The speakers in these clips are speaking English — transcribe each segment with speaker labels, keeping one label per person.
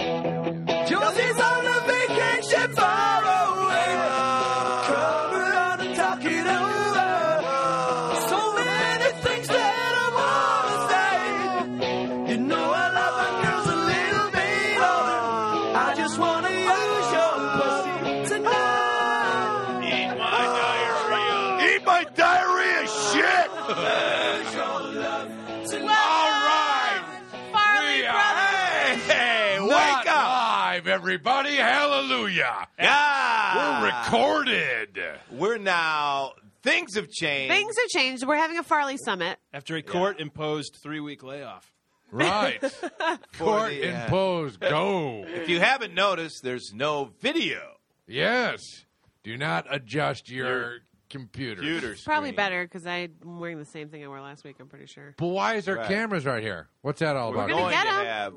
Speaker 1: Josie's on a vacation far away. Come around and talk it over. So many things that I wanna say. You know I love my girls a little bit older. I just wanna use your pussy tonight.
Speaker 2: Eat my diarrhea.
Speaker 3: Eat my diarrhea shit!
Speaker 1: Use your love
Speaker 3: All
Speaker 1: tonight.
Speaker 3: right!
Speaker 4: Farley Brothers.
Speaker 3: Hey, hey, wake
Speaker 2: Not
Speaker 3: up!
Speaker 2: live, everybody. Hallelujah.
Speaker 3: Yeah!
Speaker 2: We're
Speaker 3: Ah.
Speaker 2: recorded.
Speaker 3: We're now. Things have changed.
Speaker 4: Things have changed. We're having a Farley summit.
Speaker 5: after a court imposed three week layoff.
Speaker 2: Right.
Speaker 3: for
Speaker 2: Court
Speaker 3: the, uh,
Speaker 2: imposed. Go.
Speaker 3: If you haven't noticed, there's no video.
Speaker 2: Yes. Do not adjust your computer.
Speaker 3: Computer
Speaker 4: It's probably
Speaker 3: screen.
Speaker 4: better because I'm wearing the same thing I wore last week, I'm pretty sure.
Speaker 2: But why is there
Speaker 3: Right.
Speaker 2: cameras right here? What's that all
Speaker 3: We're
Speaker 2: about?
Speaker 4: gonna
Speaker 3: going
Speaker 4: get
Speaker 3: to
Speaker 4: 'em.
Speaker 3: have.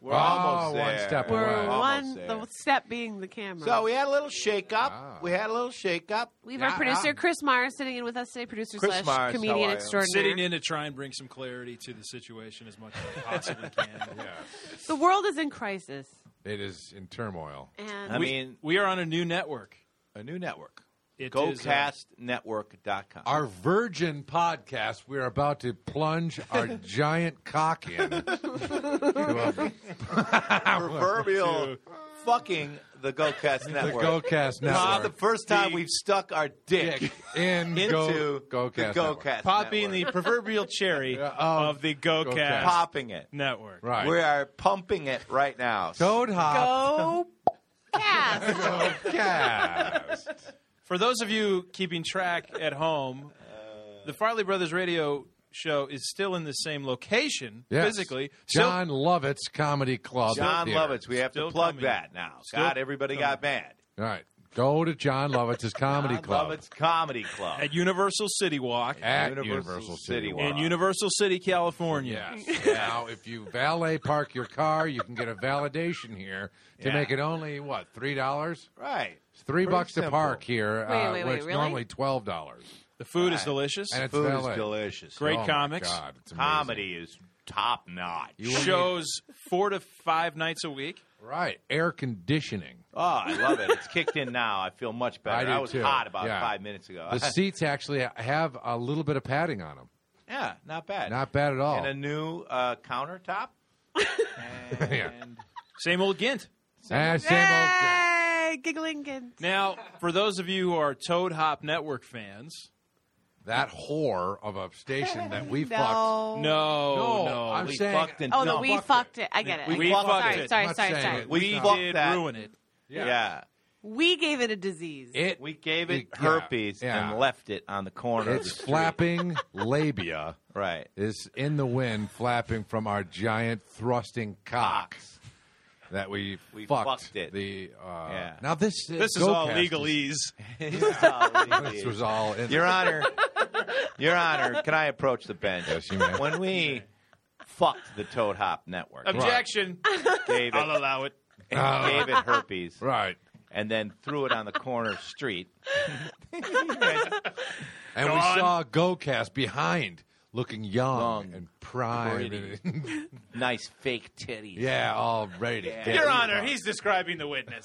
Speaker 3: We're
Speaker 2: Oh,
Speaker 3: almost
Speaker 2: one
Speaker 3: there.
Speaker 2: step
Speaker 4: We're
Speaker 2: Right.
Speaker 4: one the
Speaker 3: Almost
Speaker 4: step being the camera.
Speaker 3: there. So we had a little shake up.
Speaker 2: Ah.
Speaker 3: We had a little shake up.
Speaker 4: we have our producer Chris Meyer sitting in with us today, producer
Speaker 3: Chris
Speaker 4: slash
Speaker 3: Myers, how are
Speaker 4: comedian
Speaker 3: you?
Speaker 4: extraordinaire.
Speaker 5: Sitting in to try and bring some clarity to the situation as much as I possibly can.
Speaker 4: the world is in crisis,
Speaker 2: It is in turmoil.
Speaker 4: and
Speaker 3: I
Speaker 5: We-
Speaker 3: mean,
Speaker 5: we are on a new network.
Speaker 3: a new network.
Speaker 5: It is, uh,
Speaker 3: GoCastNetwork.com.
Speaker 2: Our virgin podcast, we're about to plunge our giant cock in. to
Speaker 3: proverbial fucking the GoCast
Speaker 2: a- the
Speaker 3: Network.
Speaker 2: GoCast
Speaker 3: This is the
Speaker 2: Network.
Speaker 3: first time we've stuck our dick
Speaker 2: Dick in
Speaker 3: into
Speaker 2: Go,
Speaker 3: the
Speaker 2: GoCast. Network.
Speaker 3: GoCast
Speaker 5: popping the
Speaker 3: Network.
Speaker 5: proverbial cherry
Speaker 2: Yeah, oh,
Speaker 5: of the
Speaker 2: GoCast.
Speaker 5: GoCast
Speaker 3: popping it.
Speaker 5: network.
Speaker 2: Right.
Speaker 3: We are pumping it right now.
Speaker 2: Toad Hop
Speaker 4: go cast.
Speaker 2: Cast.
Speaker 5: For those of you keeping track at home,
Speaker 2: Uh,
Speaker 5: the Farley Brothers radio show is still in the same location
Speaker 2: Yes.
Speaker 5: physically. Still-
Speaker 2: John Lovett's Comedy Club.
Speaker 3: John
Speaker 2: Theater.
Speaker 3: Lovitz, we have to
Speaker 5: Still
Speaker 3: plug
Speaker 5: coming.
Speaker 3: that now.
Speaker 5: Still
Speaker 3: God, everybody got mad.
Speaker 2: All right. Go to John Lovett's Comedy
Speaker 3: John
Speaker 2: Club
Speaker 3: Lovitz Comedy Club.
Speaker 5: at Universal City Walk
Speaker 2: at
Speaker 3: Universal
Speaker 2: Universal,
Speaker 3: City
Speaker 2: City
Speaker 3: Walk.
Speaker 2: Walk.
Speaker 5: in Universal City, California.
Speaker 2: Yes. now, if you valet park your car, you can get a validation here to
Speaker 3: Yeah.
Speaker 2: make it only what three dollars?
Speaker 3: right.
Speaker 2: It's three
Speaker 3: Pretty
Speaker 2: bucks to
Speaker 3: simple.
Speaker 2: park here,
Speaker 4: Wait,
Speaker 2: uh,
Speaker 4: wait,
Speaker 2: where
Speaker 4: wait,
Speaker 2: it's
Speaker 4: really?
Speaker 2: normally twelve dollars.
Speaker 5: The food is
Speaker 3: Right.
Speaker 5: delicious.
Speaker 2: And it's
Speaker 3: Food
Speaker 2: valet.
Speaker 3: is delicious.
Speaker 2: Oh,
Speaker 5: Great
Speaker 2: my
Speaker 5: comics.
Speaker 2: God, it's amazing.
Speaker 3: Comedy is top notch.
Speaker 2: You will need-
Speaker 5: shows four to five nights a week.
Speaker 2: right? Air conditioning.
Speaker 3: Oh, I love it. It's kicked in now. I feel much better.
Speaker 2: I do
Speaker 3: was
Speaker 2: too.
Speaker 3: hot about
Speaker 2: Yeah.
Speaker 3: five minutes ago.
Speaker 2: The seats actually have a little bit of padding on them.
Speaker 3: yeah, not bad.
Speaker 2: Not bad at all.
Speaker 3: and a new uh, countertop. And
Speaker 2: Yeah.
Speaker 5: Same old Gint.
Speaker 2: Ah, same old.
Speaker 4: Yay, giggling and
Speaker 5: Now, for those of you who are Toad Hop Network fans,
Speaker 2: That whore of a station that we fucked.
Speaker 4: no.
Speaker 5: no, no,
Speaker 2: I'm
Speaker 3: we
Speaker 2: saying
Speaker 3: fucked and
Speaker 4: Oh, the
Speaker 3: no,
Speaker 4: we fucked it. I get it.
Speaker 5: We
Speaker 4: I get it.
Speaker 5: fucked
Speaker 4: sorry,
Speaker 5: it.
Speaker 4: Sorry,
Speaker 2: Not
Speaker 4: sorry,
Speaker 2: saying
Speaker 4: sorry.
Speaker 2: it.
Speaker 3: We
Speaker 2: We
Speaker 3: fucked
Speaker 5: did
Speaker 3: that.
Speaker 5: ruin it.
Speaker 3: Yeah.
Speaker 4: We gave it a disease.
Speaker 2: it
Speaker 3: we gave it
Speaker 2: Yeah.
Speaker 3: herpes
Speaker 2: Yeah.
Speaker 3: and left it on the corner. of the
Speaker 2: Its
Speaker 3: street.
Speaker 2: flapping labia
Speaker 3: Right.
Speaker 2: is in the wind, flapping from our giant thrusting cock
Speaker 3: Box.
Speaker 2: that we,
Speaker 3: We
Speaker 2: fucked,
Speaker 3: fucked it.
Speaker 2: The uh,
Speaker 3: Yeah.
Speaker 2: now this
Speaker 5: This is all
Speaker 2: GoCast
Speaker 5: legalese.
Speaker 2: This was all in
Speaker 3: Your Honor, Your Honor, can I approach the bench?
Speaker 2: Yes, you may.
Speaker 3: When we fucked the Toad Hop Network,
Speaker 5: Objection.
Speaker 3: gave
Speaker 5: I'll
Speaker 3: it,
Speaker 5: allow it.
Speaker 2: Uh,
Speaker 3: gave it herpes,
Speaker 2: right.
Speaker 3: and then threw it on the corner street.
Speaker 2: And
Speaker 5: Go
Speaker 2: we
Speaker 5: on.
Speaker 2: saw GoCast behind, looking young
Speaker 3: Young,
Speaker 2: and prime,
Speaker 3: pretty.
Speaker 2: and,
Speaker 3: Nice fake titties.
Speaker 2: yeah, all ready. to
Speaker 3: Yeah.
Speaker 2: get
Speaker 5: Your
Speaker 2: it
Speaker 5: Honor,
Speaker 2: on.
Speaker 5: he's describing the witness.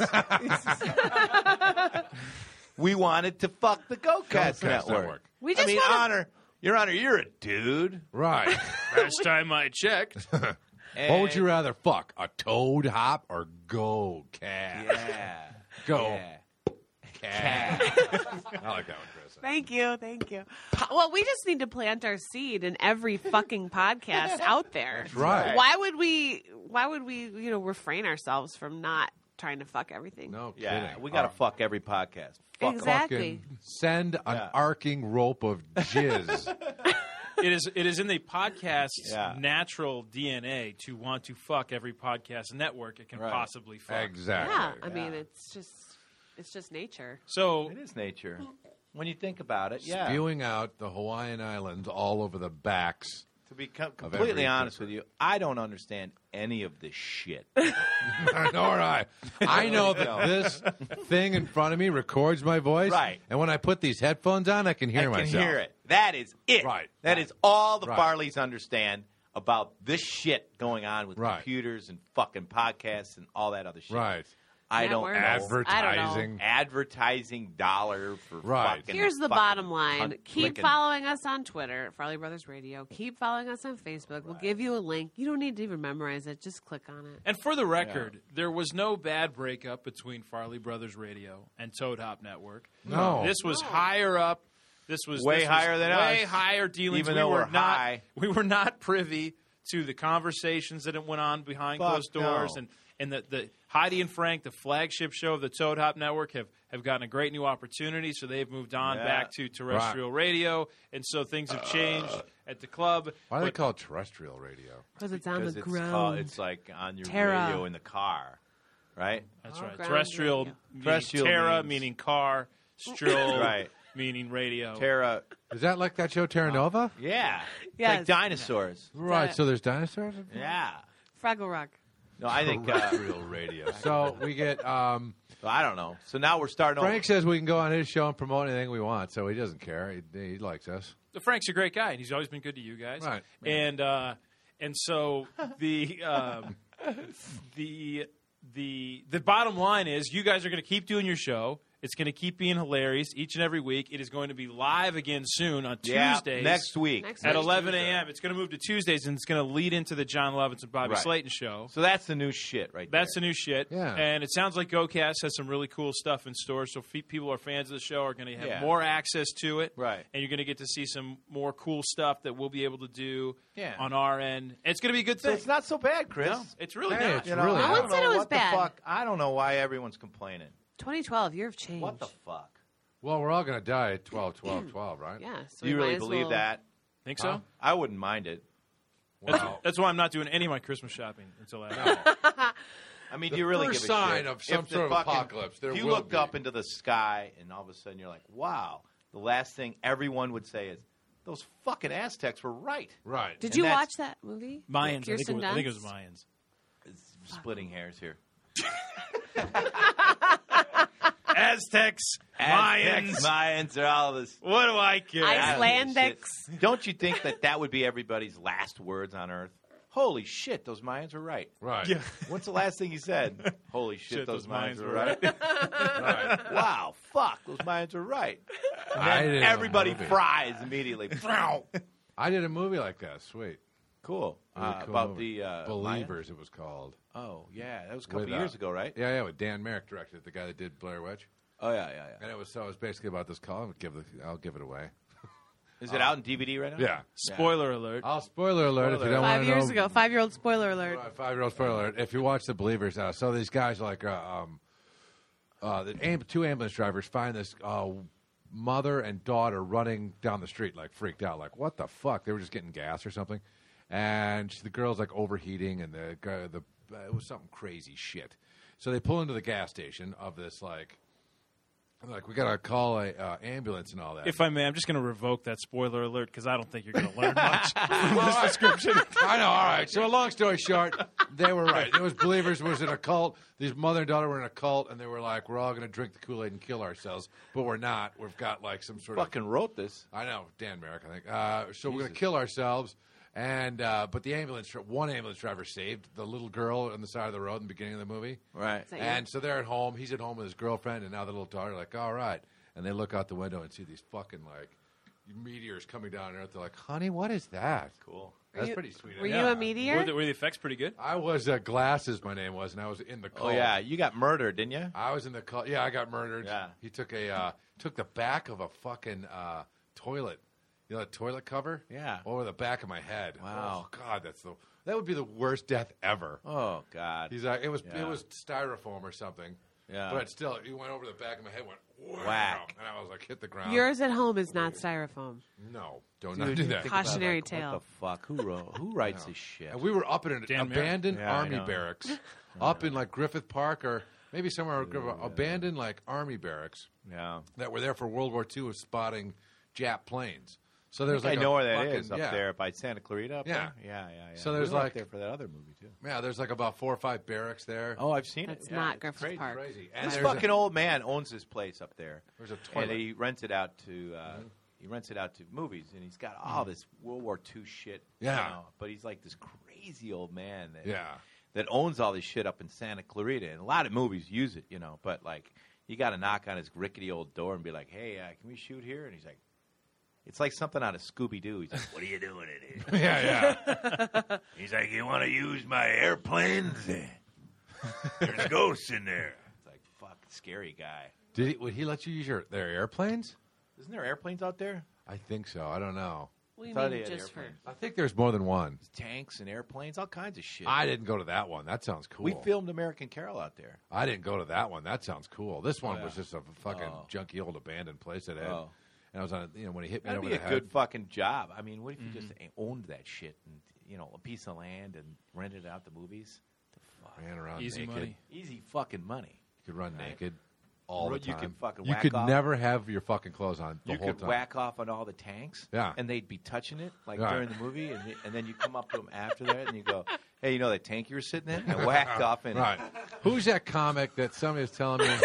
Speaker 3: We wanted to fuck the GoCast
Speaker 2: GoCast
Speaker 3: Network.
Speaker 2: Network.
Speaker 4: We
Speaker 3: I
Speaker 4: just
Speaker 3: mean,
Speaker 4: wanna-
Speaker 3: Honor, Your Honor, you're a dude.
Speaker 2: right.
Speaker 5: Last time I checked.
Speaker 2: what would
Speaker 3: and-
Speaker 2: you rather fuck a toad hop or GoCast?
Speaker 3: Yeah.
Speaker 2: Go
Speaker 3: yeah.
Speaker 2: cast. I like that one, Chris.
Speaker 4: Thank you, thank you. Well, we just need to plant our seed in every fucking podcast out there.
Speaker 2: right.
Speaker 4: Why would we? Why would we? You know, refrain ourselves from not trying to fuck everything.
Speaker 2: No
Speaker 3: Yeah,
Speaker 2: kidding. Oh.
Speaker 3: we got to
Speaker 2: Our
Speaker 3: fuck every podcast. Fuck 'em.
Speaker 4: exactly.
Speaker 2: fucking send an
Speaker 3: Yeah.
Speaker 2: arcing rope of jizz.
Speaker 5: It is it is in the podcast's
Speaker 3: Yeah.
Speaker 5: natural DNA to want to fuck every podcast network it can
Speaker 3: Right.
Speaker 5: possibly fuck.
Speaker 2: exactly.
Speaker 4: Yeah, I mean,
Speaker 3: Yeah.
Speaker 4: it's just, it's just nature.
Speaker 5: So
Speaker 3: It is nature. When you think about it, yeah.
Speaker 2: Spewing out the Hawaiian Islands all over the backs.
Speaker 3: to be com-
Speaker 2: every
Speaker 3: completely honest
Speaker 2: creature.
Speaker 3: with you, I don't understand any of this shit.
Speaker 2: Nor I. I know that
Speaker 3: No.
Speaker 2: this thing in front of me records my voice.
Speaker 3: Right.
Speaker 2: And when I put these headphones on, I can
Speaker 3: I
Speaker 2: hear
Speaker 3: can
Speaker 2: myself.
Speaker 3: hear it. That is it.
Speaker 2: Right.
Speaker 3: That is all the
Speaker 2: Right.
Speaker 3: Farleys understand. about this shit going on with
Speaker 2: Right.
Speaker 3: computers and fucking podcasts and all that other shit.
Speaker 2: Right.
Speaker 3: I
Speaker 4: That
Speaker 3: don't
Speaker 4: works.
Speaker 3: know.
Speaker 4: Adver- I don't know.
Speaker 2: Advertising.
Speaker 3: advertising dollar for
Speaker 2: Right.
Speaker 3: fucking
Speaker 4: Here's the
Speaker 3: fucking
Speaker 4: bottom line.
Speaker 3: cunt
Speaker 4: Keep
Speaker 3: licking.
Speaker 4: following us on Twitter, at Farley Brothers Radio. Keep following us on Facebook. We'll give you a link. You don't need to even memorize it. Just click on it.
Speaker 5: And for the record, there was no bad breakup between Farley Brothers Radio and Toad Hop Network.
Speaker 2: No.
Speaker 5: This was higher up. This was
Speaker 3: Way
Speaker 5: this was
Speaker 3: higher than
Speaker 5: way
Speaker 3: us.
Speaker 5: higher dealings.
Speaker 3: Even
Speaker 5: we
Speaker 3: though
Speaker 5: were
Speaker 3: we're
Speaker 5: not,
Speaker 3: high.
Speaker 5: we were not privy to the conversations that went on behind
Speaker 3: Fuck
Speaker 5: closed doors,
Speaker 3: no.
Speaker 5: and and the, the Heidi and Frank, the flagship show of the Toad Hop Network, have have gotten a great new opportunity. So they've moved on
Speaker 3: Yeah.
Speaker 5: back to terrestrial radio, and so things have changed
Speaker 3: Uh,
Speaker 5: at the club.
Speaker 2: Why do they
Speaker 5: But-
Speaker 2: call it terrestrial radio?
Speaker 4: Because it's on
Speaker 3: because
Speaker 4: the
Speaker 3: it's
Speaker 4: ground.
Speaker 3: called- it's like on your
Speaker 4: Terra.
Speaker 3: radio in the car, right?
Speaker 5: That's
Speaker 4: Oh,
Speaker 5: right.
Speaker 4: ground
Speaker 5: Terrestrial,
Speaker 4: radio.
Speaker 5: meaning
Speaker 3: Terrestrial
Speaker 5: terra
Speaker 3: means-
Speaker 5: meaning car, strill
Speaker 3: Right.
Speaker 5: meaning radio.
Speaker 3: Terra,
Speaker 2: Is that like that show Terra Nova?
Speaker 3: Uh, yeah,
Speaker 4: Yes.
Speaker 3: like dinosaurs,
Speaker 2: Right.
Speaker 4: that-
Speaker 2: So there's dinosaurs.
Speaker 3: yeah.
Speaker 4: Fraggle Rock.
Speaker 3: No, I think uh,
Speaker 2: terrestrial radio. So we get. Um,
Speaker 3: I don't know. So now we're starting.
Speaker 2: Frank says we can go on his show and promote anything we want, so he doesn't care. He, he likes us.
Speaker 5: Frank's a great guy, and he's always been good to you guys.
Speaker 2: Right.
Speaker 5: And uh, and so the um, the the the bottom line is, you guys are going to keep doing your show. It's going to keep being hilarious each and every week. It is going to be live again soon on
Speaker 3: over. yeah,
Speaker 5: Tuesdays
Speaker 3: next week.
Speaker 4: Next
Speaker 5: at
Speaker 4: week.
Speaker 5: 11 a.m. It's going to move to Tuesdays, and it's going to lead into the John Lovitz and Bobby
Speaker 3: Right.
Speaker 5: Slayton show.
Speaker 3: So that's the new shit, right?
Speaker 5: That's the
Speaker 3: there.
Speaker 5: new shit.
Speaker 2: Yeah.
Speaker 5: And it sounds like GoCast has some really cool stuff in store. So fe- people who are fans of the show are going to have
Speaker 3: Yeah.
Speaker 5: more access to it.
Speaker 3: Right.
Speaker 5: And you're going to get to see some more cool stuff that we'll be able to do
Speaker 3: Yeah.
Speaker 5: on our end. And it's going to be a good
Speaker 3: So
Speaker 5: thing.
Speaker 3: it's not so bad, Chris.
Speaker 5: No, it's really
Speaker 2: Hey,
Speaker 5: not.
Speaker 2: it's really
Speaker 3: I
Speaker 2: No
Speaker 4: one
Speaker 3: don't
Speaker 4: said
Speaker 3: know
Speaker 4: it was
Speaker 3: what
Speaker 4: bad.
Speaker 3: The fuck. I don't know why everyone's complaining.
Speaker 4: 2012, year of change.
Speaker 3: What the fuck?
Speaker 2: Well, we're all going to die at 12, 12, 12, right?
Speaker 4: Yeah. So
Speaker 3: Do
Speaker 4: we
Speaker 3: you
Speaker 4: might
Speaker 3: really
Speaker 4: as
Speaker 3: believe
Speaker 4: well-
Speaker 3: that?
Speaker 5: Think so?
Speaker 2: Huh?
Speaker 3: I wouldn't mind it.
Speaker 5: That's,
Speaker 2: Wow.
Speaker 5: that's why I'm not doing any of my Christmas shopping until after.
Speaker 3: I mean,
Speaker 2: The
Speaker 3: do you really
Speaker 2: first
Speaker 3: give a
Speaker 2: sign
Speaker 3: shit?
Speaker 2: of some
Speaker 3: If the
Speaker 2: sort of
Speaker 3: fucking-
Speaker 2: apocalypse, there
Speaker 3: if you
Speaker 2: will
Speaker 3: look
Speaker 2: be.
Speaker 3: up into the sky, and all of a sudden you're like, "Wow!" The last thing everyone would say is, "Those fucking Aztecs were right."
Speaker 2: Right.
Speaker 4: Did
Speaker 3: And
Speaker 4: you
Speaker 3: that's-
Speaker 4: watch that movie?
Speaker 5: Mayans. I think, it
Speaker 4: Kirsten
Speaker 5: was, I think it was
Speaker 4: Dunst?
Speaker 5: Mayans.
Speaker 3: It's splitting hairs here.
Speaker 5: Aztecs,
Speaker 3: Aztecs,
Speaker 5: Mayans.
Speaker 3: Mayans, are all this.
Speaker 5: What do I care?
Speaker 3: I don't give a shit.
Speaker 4: Icelandics.
Speaker 3: Don't you think that that would be everybody's last words on Earth? Holy shit, those Mayans were right.
Speaker 2: Right.
Speaker 5: Yeah.
Speaker 3: What's the last thing you said? Holy shit,
Speaker 5: Shit,
Speaker 3: those,
Speaker 5: those
Speaker 3: Mayans,
Speaker 5: Mayans
Speaker 3: were
Speaker 5: were
Speaker 3: right.
Speaker 2: right.
Speaker 3: wow, fuck, those Mayans were right.
Speaker 2: I did a
Speaker 3: Everybody
Speaker 2: movie.
Speaker 3: fries immediately.
Speaker 2: I did a movie like that. Sweet.
Speaker 3: cool.
Speaker 2: Really
Speaker 3: Uh,
Speaker 2: cool
Speaker 3: about
Speaker 2: movie.
Speaker 3: the uh,
Speaker 2: Believers, it was called.
Speaker 3: Mayans? Oh yeah, that was a couple
Speaker 2: With, uh,
Speaker 3: years ago, right?
Speaker 2: Yeah, yeah. With Dan Merrick directed, the guy that did Blair Witch,
Speaker 3: Oh yeah, yeah, yeah.
Speaker 2: and it was so it was basically about this call. I'll give the, I'll give it away.
Speaker 3: Is it out in DVD right now?
Speaker 2: Yeah.
Speaker 5: Spoiler alert.
Speaker 2: I'll spoiler alert if you
Speaker 3: Spoiler.
Speaker 2: don't
Speaker 4: Five
Speaker 2: want to
Speaker 4: years
Speaker 2: know.
Speaker 4: ago. Five year old spoiler alert.
Speaker 2: Right, five year old spoiler alert. If you watch the Believers, uh, so these guys like uh, um, uh, the amb- two ambulance drivers find this uh, mother and daughter running down the street, like freaked out, like what the fuck? They were just getting gas or something, and she, the girl's like overheating, and the guy, the uh, it was something crazy shit. So they pull into the gas station of this like. Like we gotta call a uh, ambulance and all that.
Speaker 5: If I may, I'm just going to revoke that spoiler alert because I don't think you're going to learn much from this description.
Speaker 2: I know. All right. So, long story short, they were right. It was believers was in a cult. These mother and daughter were in a cult, and they were like, "We're all going to drink the Kool Aid and kill ourselves," but we're not. We've got like some sort of
Speaker 3: Fucking wrote this.
Speaker 2: I know Dan Merrick. I think uh, so. We're going to kill ourselves, and uh, but the ambulance, one ambulance driver saved the little girl on the side of the road in the beginning of the movie.
Speaker 3: Right.
Speaker 4: Is that you?
Speaker 2: And so they're at home. He's at home with his girlfriend, and now the little daughter. Like, all right. And they look out the window and see these fucking like meteors coming down on Earth. They're like, honey, what is that?
Speaker 3: Cool.
Speaker 2: That's
Speaker 4: you-
Speaker 2: pretty sweet.
Speaker 4: Were you
Speaker 5: Yeah.
Speaker 4: a meteor?
Speaker 5: Were the, were the effects pretty good?
Speaker 2: I was uh, glasses. My name was, and I was in the
Speaker 3: Oh,
Speaker 2: cult.
Speaker 3: yeah, you got murdered, didn't you?
Speaker 2: I was in the cult. Yeah, I got murdered.
Speaker 3: Yeah.
Speaker 2: he took a uh, took the back of a fucking uh, toilet. You know, the toilet cover.
Speaker 3: Yeah.
Speaker 2: over the back of my head.
Speaker 3: Wow.
Speaker 2: Oh, God, that's the that would be the worst death ever.
Speaker 3: Oh God.
Speaker 2: Uh, He's like, it was
Speaker 3: Yeah.
Speaker 2: it was styrofoam or something.
Speaker 3: Yeah.
Speaker 2: but still, he went over the back of my head. Went wow,
Speaker 3: Whack.
Speaker 2: and I was like, hit the ground.
Speaker 4: Yours at home is not styrofoam.
Speaker 2: no, don't
Speaker 3: Dude,
Speaker 2: not do
Speaker 3: you
Speaker 2: that.
Speaker 3: think about,
Speaker 4: Cautionary
Speaker 3: like,
Speaker 4: tale.
Speaker 3: What the fuck? Who wrote? Who writes this shit?
Speaker 2: And we were up in an
Speaker 5: Dan Merrick.
Speaker 2: abandoned
Speaker 3: Yeah, I
Speaker 2: army
Speaker 3: know.
Speaker 2: barracks, up in like Griffith Park or maybe somewhere abandoned like army barracks
Speaker 3: Yeah.
Speaker 2: that were there for World War II, was spotting Jap planes. So there's like
Speaker 3: I know
Speaker 2: a
Speaker 3: where that
Speaker 2: fucking-
Speaker 3: is up
Speaker 2: yeah.
Speaker 3: there by Santa Clarita. Up
Speaker 2: Yeah.
Speaker 3: there? yeah, yeah, yeah.
Speaker 2: So there's
Speaker 3: we were up
Speaker 2: like-
Speaker 3: there for that other movie too.
Speaker 2: Yeah, there's like about four or five barracks there.
Speaker 3: Oh, I've seen
Speaker 4: That's
Speaker 3: it. Yeah,
Speaker 4: not
Speaker 3: it's
Speaker 4: Griffith
Speaker 3: crazy.
Speaker 4: Park.
Speaker 2: crazy.
Speaker 3: This
Speaker 2: there's a-
Speaker 3: fucking old man owns this place up there.
Speaker 2: There's a
Speaker 3: and
Speaker 2: toilet. Mm-hmm.
Speaker 3: he rents it out to uh, He rents it out to movies, and he's got all this World War II shit. you
Speaker 2: Mm. Yeah.
Speaker 3: know, but he's like this crazy old man that
Speaker 2: Yeah.
Speaker 3: that owns all this shit up in Santa Clarita, and a lot of movies use it, you know. But like, you got to knock on his rickety old door and be like, "Hey, uh, can we shoot here?" And he's like, "It's like something out of Scooby Doo." He's like, "What are you doing in here?"
Speaker 2: Yeah, yeah.
Speaker 3: He's like, "You want to use my airplanes? There's ghosts in there." It's like, fuck, scary guy.
Speaker 2: Did he, would he let you use your their airplanes?
Speaker 3: Isn't there airplanes out there?
Speaker 2: I think so. I don't know.
Speaker 4: We
Speaker 3: Thought he
Speaker 4: mean
Speaker 3: had
Speaker 4: just for
Speaker 3: airplanes.
Speaker 2: I think there's more than one.
Speaker 3: tanks and airplanes, all kinds of shit.
Speaker 2: I didn't go to that one. That sounds cool.
Speaker 3: we filmed American Carol out there.
Speaker 2: I didn't go to that one. That sounds cool. This one
Speaker 3: Yeah.
Speaker 2: was just a fucking
Speaker 3: Oh.
Speaker 2: junky old abandoned place that had.
Speaker 3: Oh.
Speaker 2: And I was on, a, you know, when he hit me
Speaker 3: That'd
Speaker 2: over
Speaker 3: be
Speaker 2: the
Speaker 3: a
Speaker 2: head. Mm-hmm.
Speaker 3: good fucking job. I mean, what if you just owned that shit and you know a piece of land and rented out the movies? The fuck?
Speaker 2: ran around
Speaker 5: Easy
Speaker 2: naked.
Speaker 5: money.
Speaker 3: Easy fucking money.
Speaker 2: You could run
Speaker 3: Right.
Speaker 2: naked all
Speaker 3: Ru-
Speaker 2: the
Speaker 3: you
Speaker 2: time.
Speaker 3: could fucking
Speaker 2: You
Speaker 3: whack
Speaker 2: could
Speaker 3: off.
Speaker 2: never have your fucking clothes on the
Speaker 3: you
Speaker 2: whole
Speaker 3: could
Speaker 2: time.
Speaker 3: whack off on all the tanks,
Speaker 2: Yeah.
Speaker 3: and they'd be touching it like
Speaker 2: Yeah.
Speaker 3: during the movie, and, and then you come up to them after that and you go, "Hey, you know that tank you were sitting in? I whacked off in it."
Speaker 2: Right. Who's that comic that somebody was telling me?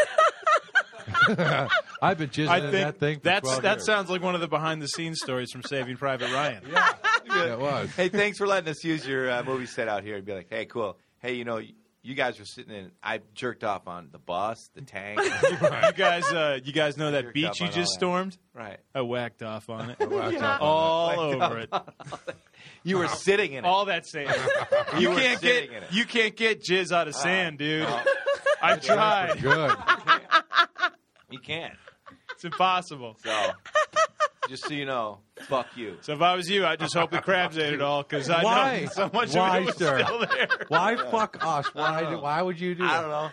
Speaker 2: I've been jizzing
Speaker 5: I
Speaker 2: in
Speaker 5: think
Speaker 2: that thing. For
Speaker 5: that's
Speaker 2: 12
Speaker 5: that
Speaker 2: years.
Speaker 5: sounds like one of the behind the scenes stories from Saving Private Ryan. Yeah.
Speaker 2: Yeah, it was.
Speaker 3: hey, thanks for letting us use your uh, movie set out here. And be like, hey, cool. Hey, you know, y- you guys were sitting in. I jerked off on the bus, the tank.
Speaker 5: you guys, uh, you guys know that
Speaker 3: jerked
Speaker 5: beach
Speaker 3: off
Speaker 5: you
Speaker 3: on
Speaker 5: just
Speaker 3: all that.
Speaker 5: stormed?
Speaker 3: right.
Speaker 5: I whacked off on it.
Speaker 2: Whacked off on
Speaker 5: all over it.
Speaker 3: You were sitting in it.
Speaker 5: All that sand.
Speaker 3: You
Speaker 5: you
Speaker 3: were
Speaker 5: can't
Speaker 3: sitting in it.
Speaker 5: get you can't get jizz out of sand, dude.
Speaker 3: no.
Speaker 5: I
Speaker 2: that.
Speaker 5: tried.
Speaker 2: Good.
Speaker 3: you can't.
Speaker 5: It's impossible.
Speaker 3: So, just so you know, fuck you.
Speaker 5: So if I was you, I just hope the crabs ate it all because I
Speaker 2: Why?
Speaker 5: know so much
Speaker 2: Why,
Speaker 5: of it was
Speaker 2: sir?
Speaker 5: still there.
Speaker 2: Why fuck us? Why?
Speaker 3: don't know.
Speaker 2: Why would you do?
Speaker 3: I
Speaker 2: that?
Speaker 3: don't know.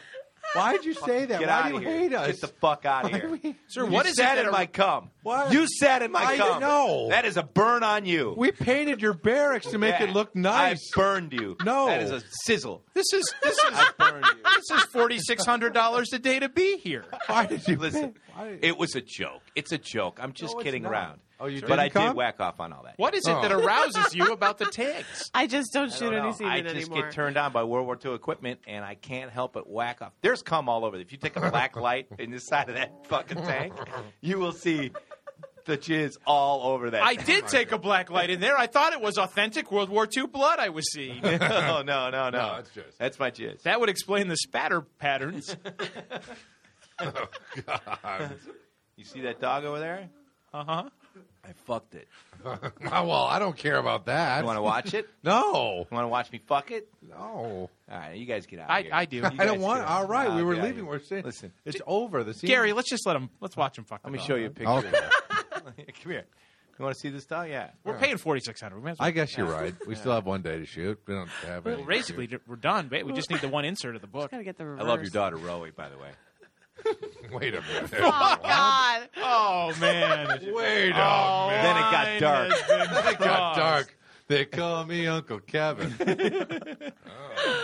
Speaker 2: Why'd you say that?
Speaker 3: Get
Speaker 2: Why
Speaker 3: out
Speaker 2: do
Speaker 3: of
Speaker 2: you
Speaker 3: here.
Speaker 2: hate us?
Speaker 3: Get the fuck out of
Speaker 2: Why
Speaker 3: here.
Speaker 2: do we-
Speaker 5: Sir,
Speaker 3: you
Speaker 5: what is it
Speaker 3: sat
Speaker 5: that
Speaker 3: in
Speaker 5: a-
Speaker 3: my cum?
Speaker 2: What?
Speaker 3: You sat in my
Speaker 2: I
Speaker 3: cum.
Speaker 2: know.
Speaker 3: That is a burn on you.
Speaker 2: We painted your barracks to make
Speaker 3: Yeah.
Speaker 2: it look nice.
Speaker 3: I burned you.
Speaker 2: No.
Speaker 3: That is a sizzle.
Speaker 5: This is this is
Speaker 3: I burned you.
Speaker 5: this is forty six hundred dollars a day to be here.
Speaker 2: Why did you
Speaker 3: Listen,
Speaker 2: paint- why did-
Speaker 3: it was a joke. It's a joke. I'm just
Speaker 2: No, it's
Speaker 3: kidding
Speaker 2: not.
Speaker 3: around.
Speaker 2: Oh, you
Speaker 3: But
Speaker 2: didn't
Speaker 3: I did
Speaker 2: come?
Speaker 3: whack off on all that.
Speaker 5: What is
Speaker 2: Oh.
Speaker 5: it that arouses you about the tanks?
Speaker 4: I just don't
Speaker 3: I
Speaker 4: shoot
Speaker 3: don't know.
Speaker 4: any semen
Speaker 3: I just
Speaker 4: anymore.
Speaker 3: get turned on by World War II equipment, and I can't help but whack off. There's cum all over. it. If you take a black light in this side of that fucking tank, you will see the jizz all over that.
Speaker 5: I
Speaker 3: tank.
Speaker 5: did take a black light in there. I thought it was authentic World War II blood I was seeing.
Speaker 3: no, no, no, no.
Speaker 2: No, it's jizz.
Speaker 3: That's my jizz.
Speaker 5: That would explain the spatter patterns.
Speaker 3: You see that dog over there?
Speaker 5: Uh huh.
Speaker 3: I fucked it.
Speaker 2: Oh, well, I don't care about that.
Speaker 3: You want to watch it?
Speaker 2: No,
Speaker 3: You want to watch me fuck it?
Speaker 2: no.
Speaker 3: All right, you guys get out. of
Speaker 5: I,
Speaker 3: here.
Speaker 5: I do.
Speaker 3: You
Speaker 2: I
Speaker 3: guys
Speaker 2: don't want.
Speaker 3: get out.
Speaker 2: All right,
Speaker 3: Nah,
Speaker 2: we were
Speaker 3: get out of
Speaker 2: leaving.
Speaker 3: here.
Speaker 2: We're saying,
Speaker 3: Listen.
Speaker 2: it's over. The scene.
Speaker 5: Gary, let's just let him. Let's watch him fuck.
Speaker 3: Let
Speaker 5: the
Speaker 3: me
Speaker 5: dog.
Speaker 3: show you a picture.
Speaker 2: Okay.
Speaker 3: Come here. You want to see this dog? Yeah.
Speaker 5: We're paying forty six hundred. We
Speaker 2: I guess you're right. We still have one day to shoot. We don't have any.
Speaker 5: well, basically we're done. But we just need the one insert of the book.
Speaker 4: Gotta get the
Speaker 3: I love your
Speaker 4: reverse.
Speaker 3: daughter, Rowie, by the way.
Speaker 2: wait a minute.
Speaker 4: Oh God!
Speaker 5: Oh man.
Speaker 2: Wait
Speaker 5: Oh,
Speaker 2: a minute.
Speaker 3: Then it got dark.
Speaker 5: Then
Speaker 2: It got dark. They call me Uncle Kevin.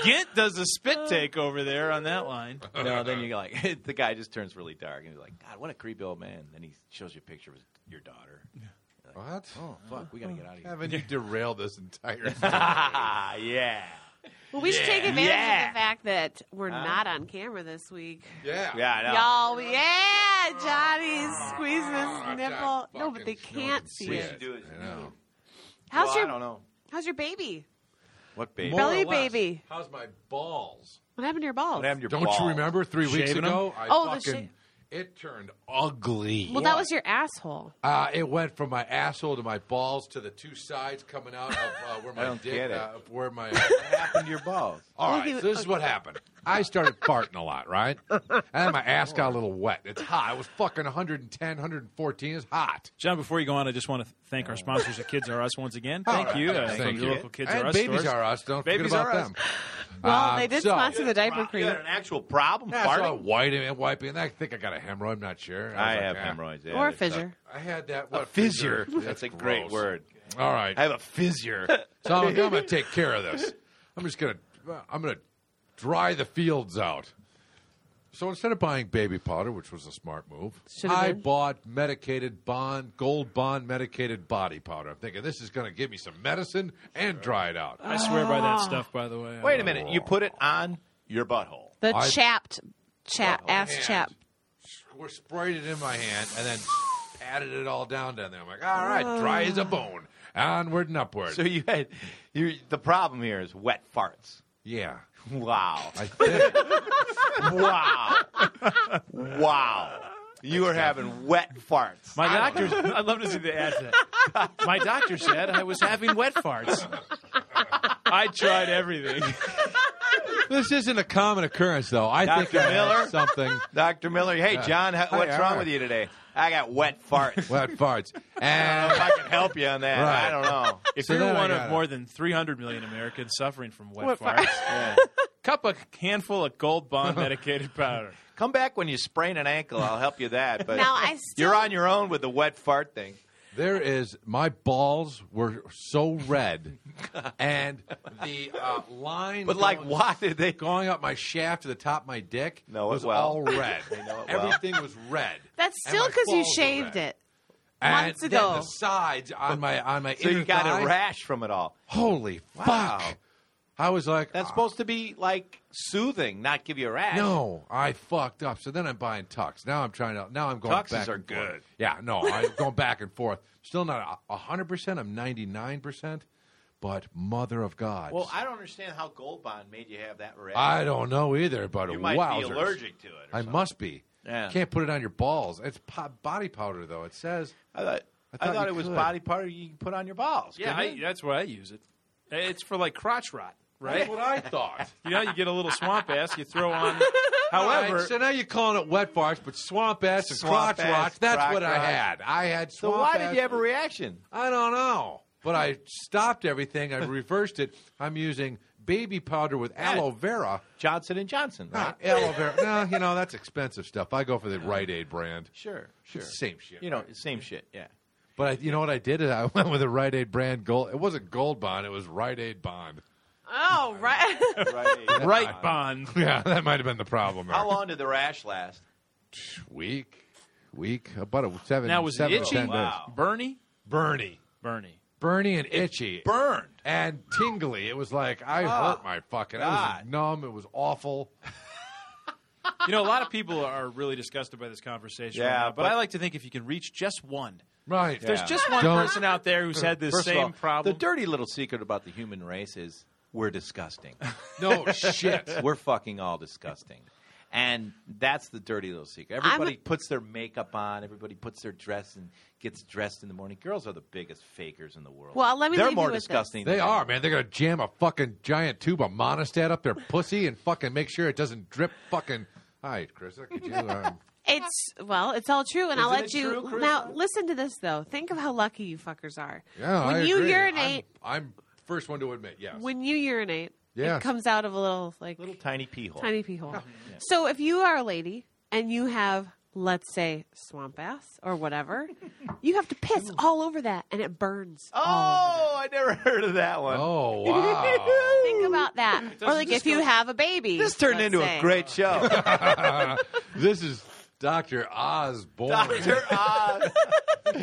Speaker 5: Gint does a spit take over there on that line.
Speaker 3: No, then you like the guy just turns really dark and he's like, God, what a creepy old man. Then he shows you a picture of his, your daughter.
Speaker 2: what?
Speaker 3: Oh fuck, we gotta get out of here.
Speaker 2: Kevin, you derailed this entire.
Speaker 3: Ah, yeah,
Speaker 4: Well, we should take advantage of
Speaker 3: Yeah.
Speaker 4: the fact that we're not on camera this week.
Speaker 2: yeah.
Speaker 3: yeah, I know.
Speaker 4: Y'all, we- yeah, Johnny's squeezing
Speaker 3: Oh,
Speaker 4: his nipple.
Speaker 2: That
Speaker 4: No, but they
Speaker 2: fucking- no one
Speaker 4: can't
Speaker 2: can
Speaker 4: see
Speaker 3: We
Speaker 2: see
Speaker 3: should
Speaker 4: it.
Speaker 3: do it.
Speaker 2: I know.
Speaker 4: How's
Speaker 3: Well, I don't
Speaker 4: your
Speaker 3: know
Speaker 4: How's your baby?
Speaker 3: what baby.
Speaker 2: More or
Speaker 4: Belly
Speaker 2: less.
Speaker 4: baby.
Speaker 2: How's my balls?
Speaker 4: What happened to your balls?
Speaker 3: What happened to your
Speaker 2: Don't
Speaker 3: ball?
Speaker 2: you remember three weeks
Speaker 5: Shaving 'em?
Speaker 2: ago? I
Speaker 4: Oh, the
Speaker 2: fucking. it turned ugly.
Speaker 4: well, that was your asshole.
Speaker 2: Uh, it went from my asshole to my balls to the two sides coming out of uh, where my
Speaker 3: don't
Speaker 2: dick,
Speaker 3: get it.
Speaker 2: Uh, where my.
Speaker 3: What happened to your balls?
Speaker 2: All
Speaker 4: Well,
Speaker 2: right,
Speaker 4: he-
Speaker 2: so this is what happened. I started farting a lot, right? And then my ass got a little wet. It's hot. It was fucking 110, 114. It's hot.
Speaker 5: John, before you go on, I just want to thank our sponsors at Kids R Us once again. Thank
Speaker 2: All
Speaker 5: you.
Speaker 2: right,
Speaker 5: Uh,
Speaker 2: thank
Speaker 5: from
Speaker 2: you.
Speaker 5: your local Kids
Speaker 2: and
Speaker 5: R Us
Speaker 2: Babies
Speaker 5: stores.
Speaker 2: Are Us. Don't
Speaker 5: Babies
Speaker 2: forget
Speaker 5: Are
Speaker 2: about
Speaker 5: Us.
Speaker 2: them.
Speaker 4: Well,
Speaker 2: Um,
Speaker 4: they did
Speaker 2: so-
Speaker 4: sponsor the diaper
Speaker 3: You
Speaker 4: cream.
Speaker 3: had an actual problem
Speaker 2: Yeah, so I
Speaker 3: farting.
Speaker 2: wiping and wiping. I think I got a hemorrhoid. I'm not sure.
Speaker 3: I
Speaker 2: was
Speaker 3: have
Speaker 2: like, ah.
Speaker 3: hemorrhoids yeah,
Speaker 4: or a
Speaker 3: they suck.
Speaker 4: fissure.
Speaker 2: I had that.
Speaker 3: A
Speaker 2: What
Speaker 3: fissure.
Speaker 2: fissure?
Speaker 3: That's a great
Speaker 2: gross.
Speaker 3: word.
Speaker 2: All right.
Speaker 3: I have a fissure.
Speaker 2: So I'm, I'm going to take care of this. I'm just going to I'm going to dry the fields out. So instead of buying baby powder, which was a smart move,
Speaker 4: Should've
Speaker 2: I
Speaker 4: been.
Speaker 2: bought medicated bond gold bond medicated body powder. I'm thinking this is going to give me some medicine and dry it out.
Speaker 5: I swear by that stuff, by the way.
Speaker 3: Wait a minute, you put it on your butthole.
Speaker 4: The
Speaker 2: I-
Speaker 4: chapped, chap, ass
Speaker 2: hand.
Speaker 4: chap.
Speaker 2: Squ- sprayed it in my hand and then added it all down down there. I'm like, all right, dry as a bone, onward and upward.
Speaker 3: So you had you the problem here is wet farts.
Speaker 2: yeah,
Speaker 3: Wow.
Speaker 2: I think.
Speaker 3: wow. wow. You were having wet farts.
Speaker 5: My doctor's. I'd love to see the ad set. My doctor said I was having wet farts. I tried everything.
Speaker 2: this isn't a common occurrence, though. I
Speaker 3: Dr.
Speaker 2: think I had
Speaker 3: Miller?
Speaker 2: something.
Speaker 3: Dr. Miller, hey, John, how,
Speaker 2: Hi,
Speaker 3: what's
Speaker 2: how
Speaker 3: wrong
Speaker 2: are
Speaker 3: with
Speaker 2: you?
Speaker 3: you today? I got wet farts.
Speaker 2: Wet farts.
Speaker 3: I
Speaker 2: And
Speaker 3: don't know if I can help you on that.
Speaker 2: Right.
Speaker 3: I don't know.
Speaker 5: If
Speaker 2: So
Speaker 5: you're
Speaker 2: then I
Speaker 5: one
Speaker 2: got
Speaker 5: of
Speaker 2: it.
Speaker 5: more than 300 million Americans suffering from wet,
Speaker 3: Wet
Speaker 5: farts,
Speaker 3: Yeah.
Speaker 5: cup a handful of Gold Bond medicated powder.
Speaker 3: Come back when you sprain an ankle. I'll help you with that. But
Speaker 4: Now, I still-
Speaker 3: you're on your own with the wet fart thing.
Speaker 2: there is my balls were so red, and the uh, line.
Speaker 3: But like,
Speaker 2: going-
Speaker 3: why did they?
Speaker 2: Going up my shaft to the top of my dick
Speaker 3: Know it
Speaker 2: was
Speaker 3: well.
Speaker 2: all red.
Speaker 3: They know it well.
Speaker 2: Everything was red.
Speaker 4: That's
Speaker 2: And
Speaker 4: still
Speaker 2: my
Speaker 4: because you
Speaker 2: balls were
Speaker 4: shaved
Speaker 2: red.
Speaker 4: it.
Speaker 2: And
Speaker 4: months
Speaker 2: then
Speaker 4: ago.
Speaker 2: the sides on my on my
Speaker 3: So
Speaker 2: inner
Speaker 3: you got
Speaker 2: thigh,
Speaker 3: a rash from it all.
Speaker 2: Holy
Speaker 3: Wow.
Speaker 2: fuck! I was like,
Speaker 3: That's
Speaker 2: "Ah,
Speaker 3: supposed to be like soothing, not give you a rash.
Speaker 2: No, I fucked up. So then I'm buying tux. Now I'm trying to. Now I'm going
Speaker 3: Tuxes
Speaker 2: back.
Speaker 3: are
Speaker 2: and forth.
Speaker 3: good.
Speaker 2: Yeah, no, I'm going back and forth. Still not a hundred percent. I'm ninety nine percent. But mother of God,
Speaker 3: Well, I don't understand how Gold Bond made you have that rash.
Speaker 2: I don't know either. But
Speaker 3: you might
Speaker 2: wowzers.
Speaker 3: be allergic to it. Or
Speaker 2: I
Speaker 3: something.
Speaker 2: must be.
Speaker 3: Yeah.
Speaker 2: Can't put it on your balls. It's po- body powder though. It says
Speaker 3: I thought,
Speaker 2: I
Speaker 3: I
Speaker 2: thought
Speaker 3: thought,
Speaker 2: you
Speaker 3: it was
Speaker 2: could.
Speaker 3: body powder you can put on your balls.
Speaker 5: Yeah, I,
Speaker 3: couldn't it?
Speaker 5: that's why I use it. It's for like crotch rot, right?
Speaker 2: that's what I thought.
Speaker 5: You know, you get a little swamp ass, you throw on.
Speaker 2: All
Speaker 5: However,
Speaker 2: right, so now you're calling it wet farts, but swamp ass and
Speaker 3: Swamp
Speaker 2: crotch
Speaker 3: ass,
Speaker 2: rocks. That's
Speaker 3: crotch
Speaker 2: what I
Speaker 3: rocks.
Speaker 2: had. I had
Speaker 3: so
Speaker 2: swamp
Speaker 3: why
Speaker 2: ass-
Speaker 3: did you have a reaction?
Speaker 2: I don't know. But I stopped everything. I reversed it. I'm using baby powder with aloe vera.
Speaker 3: Johnson and Johnson, right?
Speaker 2: Not aloe vera. No, you know, that's expensive stuff. I go for the Rite Aid brand.
Speaker 3: Sure, sure.
Speaker 2: Same shit.
Speaker 3: You know, same shit. Yeah.
Speaker 2: But I, you know what I did? I went with a Rite Aid brand gold. It wasn't Gold Bond. It was Rite Aid Bond.
Speaker 4: Oh, right.
Speaker 3: Right.
Speaker 5: right bond.
Speaker 2: Yeah, that might have been the problem. There.
Speaker 3: How long did the rash last?
Speaker 2: Week. Week. About a seven.
Speaker 5: Now was it
Speaker 2: seven to
Speaker 5: itchy?
Speaker 2: ten days.
Speaker 3: Wow.
Speaker 5: Bernie,
Speaker 2: Bernie.
Speaker 5: Bernie.
Speaker 2: Bernie and itchy.
Speaker 5: Burned.
Speaker 2: and tingly. It was like I hurt my fucking. I was
Speaker 3: God.
Speaker 2: numb. It was awful.
Speaker 5: You know, a lot of people are really disgusted by this conversation.
Speaker 3: Yeah,
Speaker 5: right now, but,
Speaker 3: but-
Speaker 5: I like to think if you can reach just one,
Speaker 2: Right.
Speaker 5: there's just one
Speaker 2: Don't-
Speaker 5: person out there who's had this
Speaker 3: First of
Speaker 5: same
Speaker 3: all,
Speaker 5: problem.
Speaker 3: The dirty little secret about the human race is we're disgusting.
Speaker 2: No shit.
Speaker 3: we're fucking all disgusting. And that's the dirty little secret. Everybody puts their makeup on. Everybody puts their dress and gets dressed in the morning. Girls are the biggest fakers in the world.
Speaker 4: Well, let me
Speaker 3: They're
Speaker 4: leave you
Speaker 3: more
Speaker 4: with this.
Speaker 3: disgusting.
Speaker 2: They
Speaker 3: than
Speaker 2: are, man. They're gonna jam a fucking giant tube of monostat up their pussy and fucking make sure it doesn't drip fucking. All right, Chris. Look at you. Um,
Speaker 4: It's well, it's all true, and I'll
Speaker 3: Isn't
Speaker 4: let
Speaker 3: it
Speaker 4: you
Speaker 3: true, Chris?
Speaker 4: now. Listen to this though. Think of how lucky you fuckers are.
Speaker 2: yeah,
Speaker 4: when
Speaker 2: I
Speaker 4: you
Speaker 2: agree.
Speaker 4: urinate,
Speaker 2: I'm, I'm first one to admit. Yes.
Speaker 4: when you urinate,
Speaker 2: Yes.
Speaker 4: it comes out of a little like
Speaker 3: Little tiny pee hole.
Speaker 4: tiny pee hole. So if you are a lady and you have, let's say, swamp ass or whatever, you have to piss all over that, and it burns. all over
Speaker 3: Oh, I never heard of that one.
Speaker 2: oh wow.
Speaker 4: that. Think about that, or like if you have a baby.
Speaker 3: This turned
Speaker 4: let's
Speaker 3: into
Speaker 4: say.
Speaker 3: a great show.
Speaker 2: this is Doctor Osborne.
Speaker 3: Dr. Oz.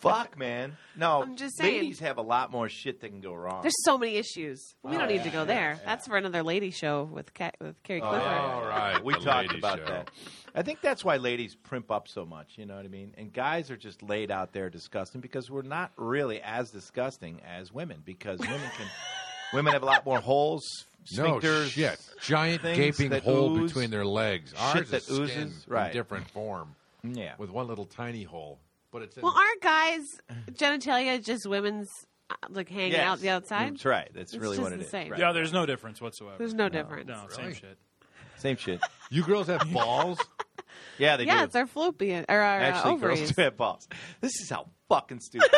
Speaker 3: Fuck, man. No,
Speaker 4: I'm just saying.
Speaker 3: ladies have a lot more shit that can go wrong.
Speaker 4: There's so many issues. We
Speaker 3: Oh,
Speaker 4: don't need to go there. That's for another lady show with Ca- with Carrie
Speaker 3: Oh,
Speaker 4: Clifford.
Speaker 2: All right,
Speaker 3: we
Speaker 2: the
Speaker 3: talked
Speaker 2: lady
Speaker 3: about
Speaker 2: show.
Speaker 3: that. I think that's why ladies primp up so much. You know what I mean? And guys are just laid out there disgusting because we're not really as disgusting as women because women can. women have a lot more holes,
Speaker 2: No
Speaker 3: sphincters.
Speaker 2: shit. Giant
Speaker 3: things
Speaker 2: gaping
Speaker 3: that
Speaker 2: hole
Speaker 3: ooze.
Speaker 2: between their legs. Ours
Speaker 3: that
Speaker 2: is skin
Speaker 3: oozes.
Speaker 2: in
Speaker 3: Right.
Speaker 2: different form
Speaker 3: Yeah.
Speaker 2: with one little tiny hole. But it's in,
Speaker 4: Well, aren't guys genitalia just women's uh, like hanging
Speaker 3: Yes.
Speaker 4: out the outside?
Speaker 3: That's right. That's
Speaker 4: It's
Speaker 3: really
Speaker 4: just
Speaker 3: what
Speaker 4: the
Speaker 3: it is.
Speaker 4: same.
Speaker 3: Right.
Speaker 5: yeah, there's no difference whatsoever.
Speaker 4: There's no, difference.
Speaker 5: no, same
Speaker 2: Really?
Speaker 5: shit.
Speaker 3: Same shit.
Speaker 2: you girls have balls.
Speaker 3: Yeah, they
Speaker 4: Yeah,
Speaker 3: do.
Speaker 4: it's our fallopian or our
Speaker 3: Actually,
Speaker 4: uh, ovaries.
Speaker 3: girls do have balls. This is how fucking stupid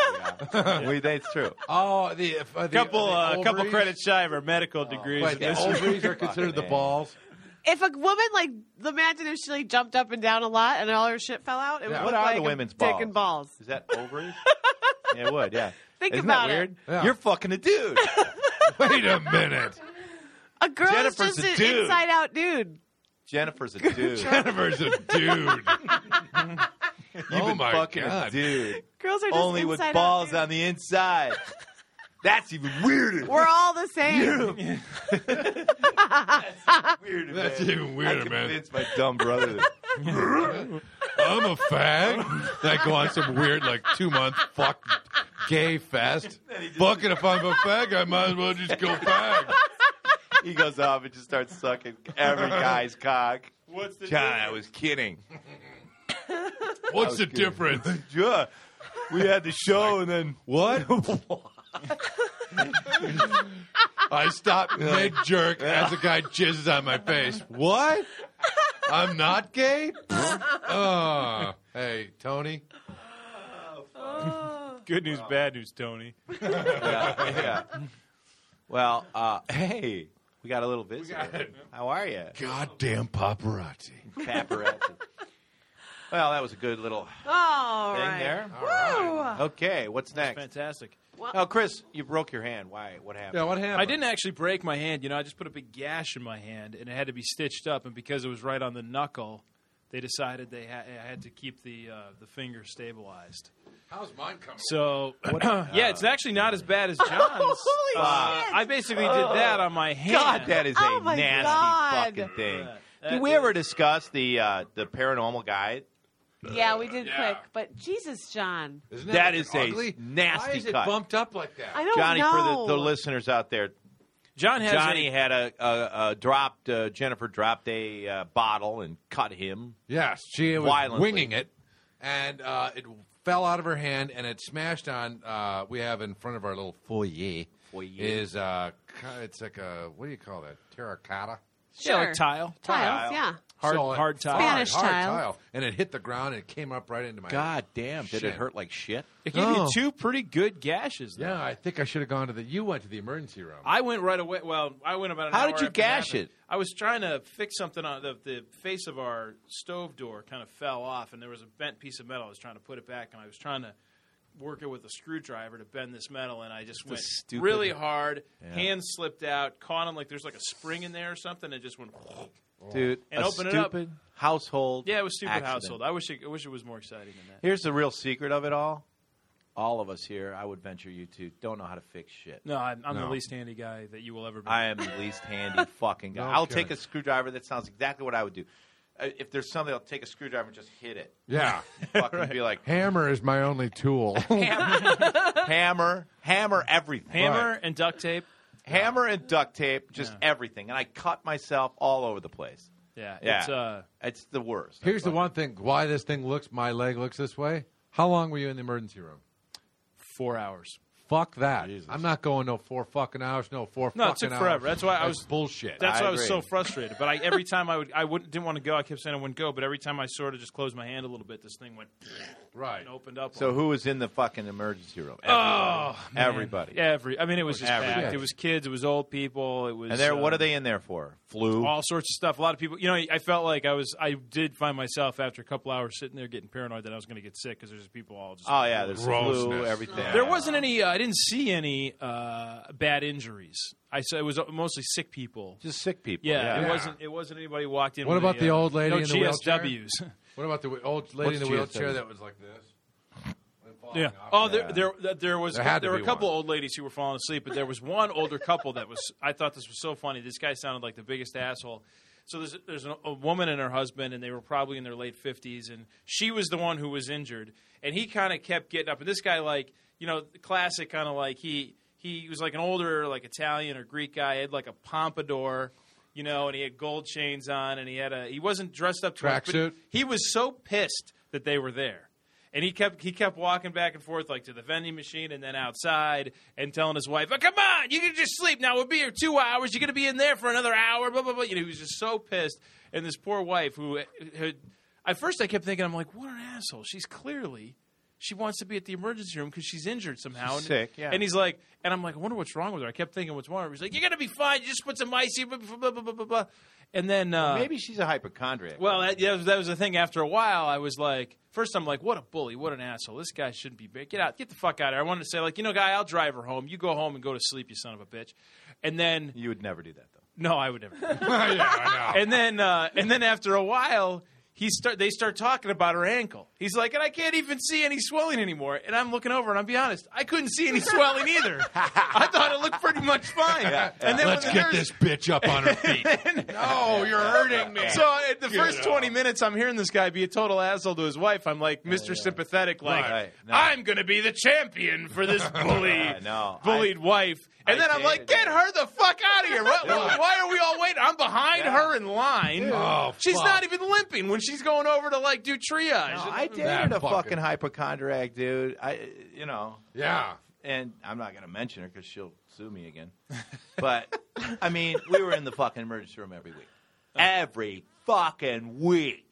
Speaker 3: we are. we, that's true.
Speaker 2: oh, the, if, uh, the
Speaker 5: Couple,
Speaker 2: the
Speaker 5: uh, couple
Speaker 2: ovaries?
Speaker 5: credits shy of our medical degrees.
Speaker 2: Wait,
Speaker 5: in
Speaker 2: the
Speaker 5: this
Speaker 2: ovaries are considered the
Speaker 3: Fucking A.
Speaker 2: balls.
Speaker 4: If a woman like, imagine if she like jumped up and down a lot and all her shit fell out, it
Speaker 2: Yeah.
Speaker 4: would
Speaker 2: What
Speaker 4: look
Speaker 3: are
Speaker 4: like
Speaker 3: the
Speaker 4: a
Speaker 3: women's
Speaker 4: dick
Speaker 3: balls?
Speaker 4: and balls.
Speaker 3: Is that ovaries? yeah, it would. Yeah.
Speaker 4: Think
Speaker 3: Isn't
Speaker 4: about
Speaker 3: that
Speaker 4: it.
Speaker 3: weird?
Speaker 2: Yeah.
Speaker 3: You're fucking a dude.
Speaker 2: Wait a minute.
Speaker 4: A girl is
Speaker 3: Jennifer's a
Speaker 4: just an
Speaker 3: dude.
Speaker 4: inside out dude.
Speaker 3: Jennifer's a dude.
Speaker 2: Jennifer's a dude.
Speaker 3: You've
Speaker 2: Oh
Speaker 3: been
Speaker 2: my
Speaker 3: fucking a
Speaker 2: God.
Speaker 3: dude.
Speaker 4: Girls are just
Speaker 3: Only with
Speaker 4: inside-out
Speaker 3: balls
Speaker 4: dudes.
Speaker 3: on the inside. That's even weirder.
Speaker 4: We're all the same.
Speaker 3: weirder.
Speaker 2: That's
Speaker 3: man.
Speaker 2: even weirder,
Speaker 3: I
Speaker 2: man.
Speaker 3: convinced my dumb brother. that-
Speaker 2: I'm a fag. Then I go on some weird, like, two month fuck gay fest. Fuck it, if I'm a fag, I might as well just go fag.
Speaker 3: He goes off and just starts sucking every guy's cock.
Speaker 5: What's the
Speaker 3: John, I was kidding.
Speaker 2: What's the difference?
Speaker 3: Yeah. We had the show and then
Speaker 2: What? I stopped mid jerk as the guy jizzes on my face. What? I'm not gay? Uh, hey, Tony.
Speaker 5: good news, bad news, Tony?
Speaker 3: yeah, yeah. Well, uh, hey, we got a little visitor.
Speaker 2: it.
Speaker 3: How are you,
Speaker 2: Goddamn paparazzi.
Speaker 3: paparazzi? well, that was a good little
Speaker 4: All
Speaker 3: thing
Speaker 4: right.
Speaker 3: there.
Speaker 4: Woo!
Speaker 3: Okay, what's next?
Speaker 5: Fantastic.
Speaker 3: Oh, Chris, you broke your hand. Why? What happened?
Speaker 2: Yeah, what happened?
Speaker 5: I didn't actually break my hand. You know, I just put a big gash in my hand, and it had to be stitched up. And because it was right on the knuckle, they decided they ha- I had to keep the uh, the finger stabilized.
Speaker 2: How's mine coming?
Speaker 5: So yeah, it's actually not as bad as John's.
Speaker 4: Holy
Speaker 5: Uh,
Speaker 4: shit.
Speaker 5: I basically did that on my hand.
Speaker 3: Oh. God, that is
Speaker 4: Oh
Speaker 3: a
Speaker 4: my
Speaker 3: nasty
Speaker 4: God.
Speaker 3: fucking thing.
Speaker 5: Yeah,
Speaker 3: Did
Speaker 5: that
Speaker 3: we
Speaker 5: is-
Speaker 3: ever discuss the uh, the paranormal guy?
Speaker 4: yeah, we did
Speaker 2: Yeah.
Speaker 4: quick, but Jesus, John.
Speaker 2: Isn't
Speaker 3: That
Speaker 2: fucking
Speaker 3: is a nasty
Speaker 2: Why is it
Speaker 3: cut.
Speaker 2: bumped up like that?
Speaker 4: I don't
Speaker 3: Johnny,
Speaker 4: know.
Speaker 3: for the, the listeners out there,
Speaker 5: John has
Speaker 3: Johnny
Speaker 5: a-
Speaker 3: had a, a, a dropped uh, Jennifer dropped a uh, bottle and cut him.
Speaker 2: Yes, she was
Speaker 3: Violently.
Speaker 2: winging it, and uh, it fell out of her hand, and it smashed on. Uh, we have in front of our little foyer,
Speaker 3: Foyer.
Speaker 2: is uh, ki- it's like a what do you call that terracotta
Speaker 5: yeah, like
Speaker 4: Sure.
Speaker 5: tile.
Speaker 4: tiles,
Speaker 3: Tile.
Speaker 4: yeah.
Speaker 5: Hard-
Speaker 2: it-
Speaker 5: hard tile.
Speaker 4: Spanish
Speaker 2: hard, hard
Speaker 4: tile.
Speaker 2: tile, and it hit the ground and it came up right into my.
Speaker 3: God damn, did
Speaker 2: Shit.
Speaker 3: it hurt like shit?
Speaker 5: It gave
Speaker 3: Oh.
Speaker 2: No.
Speaker 5: you two pretty good gashes. Though.
Speaker 2: Yeah, I think I should have gone to the. You went to the emergency room.
Speaker 5: I went right away. Well, I went about. An
Speaker 3: How
Speaker 5: hour
Speaker 3: did
Speaker 5: after
Speaker 3: you
Speaker 5: it
Speaker 3: gash
Speaker 5: happened.
Speaker 3: it?
Speaker 5: I was trying to fix something on the, the face of our stove door. Kind of fell off, and there was a bent piece of metal. I was trying to put it back, and I was trying to work it with a screwdriver to bend this metal, and I just went
Speaker 3: stupid-
Speaker 5: really hard. Hand slipped out, caught on like there's like a spring in there or something, and just went.
Speaker 3: Dude,
Speaker 5: And
Speaker 3: a
Speaker 5: open it up.
Speaker 3: stupid household.
Speaker 5: Yeah, it was stupid
Speaker 3: accident.
Speaker 5: household. I wish it, I wish it was more exciting than that.
Speaker 3: Here's the real secret of it all. All of us here, I would venture you to, don't know how to fix shit.
Speaker 5: No, I'm, I'm
Speaker 2: No.
Speaker 5: the least handy guy that you will ever be.
Speaker 3: I am the least handy fucking guy.
Speaker 2: No
Speaker 3: I'll
Speaker 2: kidding.
Speaker 3: take a screwdriver. That sounds exactly what I would do. Uh, If there's something, I'll take a screwdriver and just hit it.
Speaker 2: yeah,
Speaker 3: Fucking be like
Speaker 2: hammer is my only tool.
Speaker 3: hammer, hammer everything,
Speaker 5: Hammer and duct tape.
Speaker 3: hammer and duct tape, just everything. And I cut myself all over the place.
Speaker 5: Yeah,
Speaker 3: Yeah.
Speaker 5: it's uh,
Speaker 3: It's the worst.
Speaker 2: Here's the one thing: why this thing looks, my leg looks this way. How long were you in the emergency room?
Speaker 5: four hours.
Speaker 2: Fuck that.
Speaker 3: Jesus.
Speaker 2: I'm not going no four fucking hours, no four
Speaker 5: No, it
Speaker 2: fucking
Speaker 5: took forever.
Speaker 2: hours.
Speaker 5: That's why I was-
Speaker 2: bullshit.
Speaker 5: That's
Speaker 3: I
Speaker 5: why I was so
Speaker 3: agree.
Speaker 5: frustrated. But I every time I would I wouldn't didn't want to go. I kept saying I wouldn't go. But every time I sort of just closed my hand a little bit, this thing went
Speaker 2: right.
Speaker 5: and opened up.
Speaker 3: So
Speaker 5: on me.
Speaker 3: who was in the fucking emergency room?
Speaker 5: oh, man.
Speaker 3: everybody.
Speaker 5: every. I mean, it was just
Speaker 3: Everybody.
Speaker 5: packed. It was kids. It was old people. It was.
Speaker 3: And there,
Speaker 5: uh,
Speaker 3: what are they in there for? Flu.
Speaker 5: All sorts of stuff. A lot of people. You know, I felt like I was. I did find myself after a couple hours sitting there getting paranoid that I was going to get sick because there's just people all just.
Speaker 3: Oh yeah, there's flu.
Speaker 2: Grossness.
Speaker 3: Everything.
Speaker 5: There wasn't any. Uh, I didn't see any uh, bad injuries. I saw it was uh, mostly sick people.
Speaker 3: just sick people.
Speaker 5: Yeah,
Speaker 3: Oh, yeah.
Speaker 5: it wasn't. It wasn't anybody who walked in.
Speaker 2: What
Speaker 5: with
Speaker 2: about
Speaker 5: a,
Speaker 2: the
Speaker 5: uh,
Speaker 2: old lady
Speaker 5: no
Speaker 2: in the wheelchair?
Speaker 5: GSWs.
Speaker 2: What about the w- old lady in the
Speaker 3: What's
Speaker 2: wheelchair
Speaker 3: GSW?
Speaker 2: that was like this? And falling
Speaker 5: yeah.
Speaker 2: off?
Speaker 5: Oh, there, there, there- there was.
Speaker 2: There
Speaker 5: There,
Speaker 2: had to
Speaker 5: were
Speaker 2: be
Speaker 5: a couple
Speaker 2: one.
Speaker 5: old ladies who were falling asleep, but there was one older couple that was. I thought this was so funny. This guy sounded like the biggest asshole. So there's there's an, a woman and her husband, and they were probably in their late fifties, and she was the one who was injured, and he kind of kept getting up, and this guy like you know the classic kind of like he he was like an older like Italian or Greek guy, had like a pompadour. You know, and he had gold chains on, and he had a. He wasn't dressed up to much, but
Speaker 2: Tracksuit?
Speaker 5: He was so pissed that they were there. And he kept he kept walking back and forth like to the vending machine and then outside and telling his wife, oh, "Come on, you can just sleep now. We'll be here two hours. You're gonna be in there for another hour." Blah blah blah. You know, he was just so pissed. And this poor wife, who uh, had, at first I kept thinking, I'm like, "What an asshole." She's clearly she wants to be at the emergency room because she's injured somehow.
Speaker 3: She's
Speaker 5: and,
Speaker 3: sick, yeah.
Speaker 5: And he's like, and I'm like, I wonder what's wrong with her. I kept thinking, what's wrong? with her. He's like, "You're gonna be fine. You just put some icy." Blah blah blah blah blah. blah. And then uh,
Speaker 3: Maybe she's a hypochondriac.
Speaker 5: well, that, that, was, that was the thing. After a while, I was like, first, I'm like, what a bully, what an asshole. This guy shouldn't be. big. Get out, get the fuck out of here. I wanted to say, like, you know, guy, I'll drive her home. You go home and go to sleep, you son of a bitch. And then,
Speaker 3: you would never do that though.
Speaker 5: no, I would never.
Speaker 2: yeah, I know.
Speaker 5: and then, uh, and then after a while, he start they start talking about her ankle. He's like, and I can't even see any swelling anymore. And I'm looking over, and I'll be honest, I couldn't see any swelling either. I thought it looked pretty much fine. And then
Speaker 2: Let's
Speaker 5: when the
Speaker 2: get
Speaker 5: nurse-
Speaker 2: this bitch up on her feet. no, you're hurting me.
Speaker 5: So uh, the first twenty minutes, I'm hearing this guy be a total asshole to his wife. I'm like, Mister Sympathetic, like
Speaker 3: Oh, Right. No.
Speaker 5: I'm gonna be the champion for this bully,
Speaker 3: Yeah, no,
Speaker 5: bullied wife. And
Speaker 3: I
Speaker 5: then I'm like,
Speaker 3: dated
Speaker 5: get
Speaker 3: her.
Speaker 5: her the fuck out of here! What, Why are we all waiting? I'm behind
Speaker 3: Yeah.
Speaker 5: her in line.
Speaker 2: Oh,
Speaker 5: she's
Speaker 2: fuck.
Speaker 5: not even limping when she's going over to like do triage.
Speaker 3: No, I
Speaker 2: That
Speaker 3: dated a
Speaker 2: fucker.
Speaker 3: fucking hypochondriac dude. I, you know,
Speaker 2: yeah.
Speaker 3: and I'm not going to mention her because she'll sue me again. But I mean, we were in the fucking emergency room every week, every fucking week,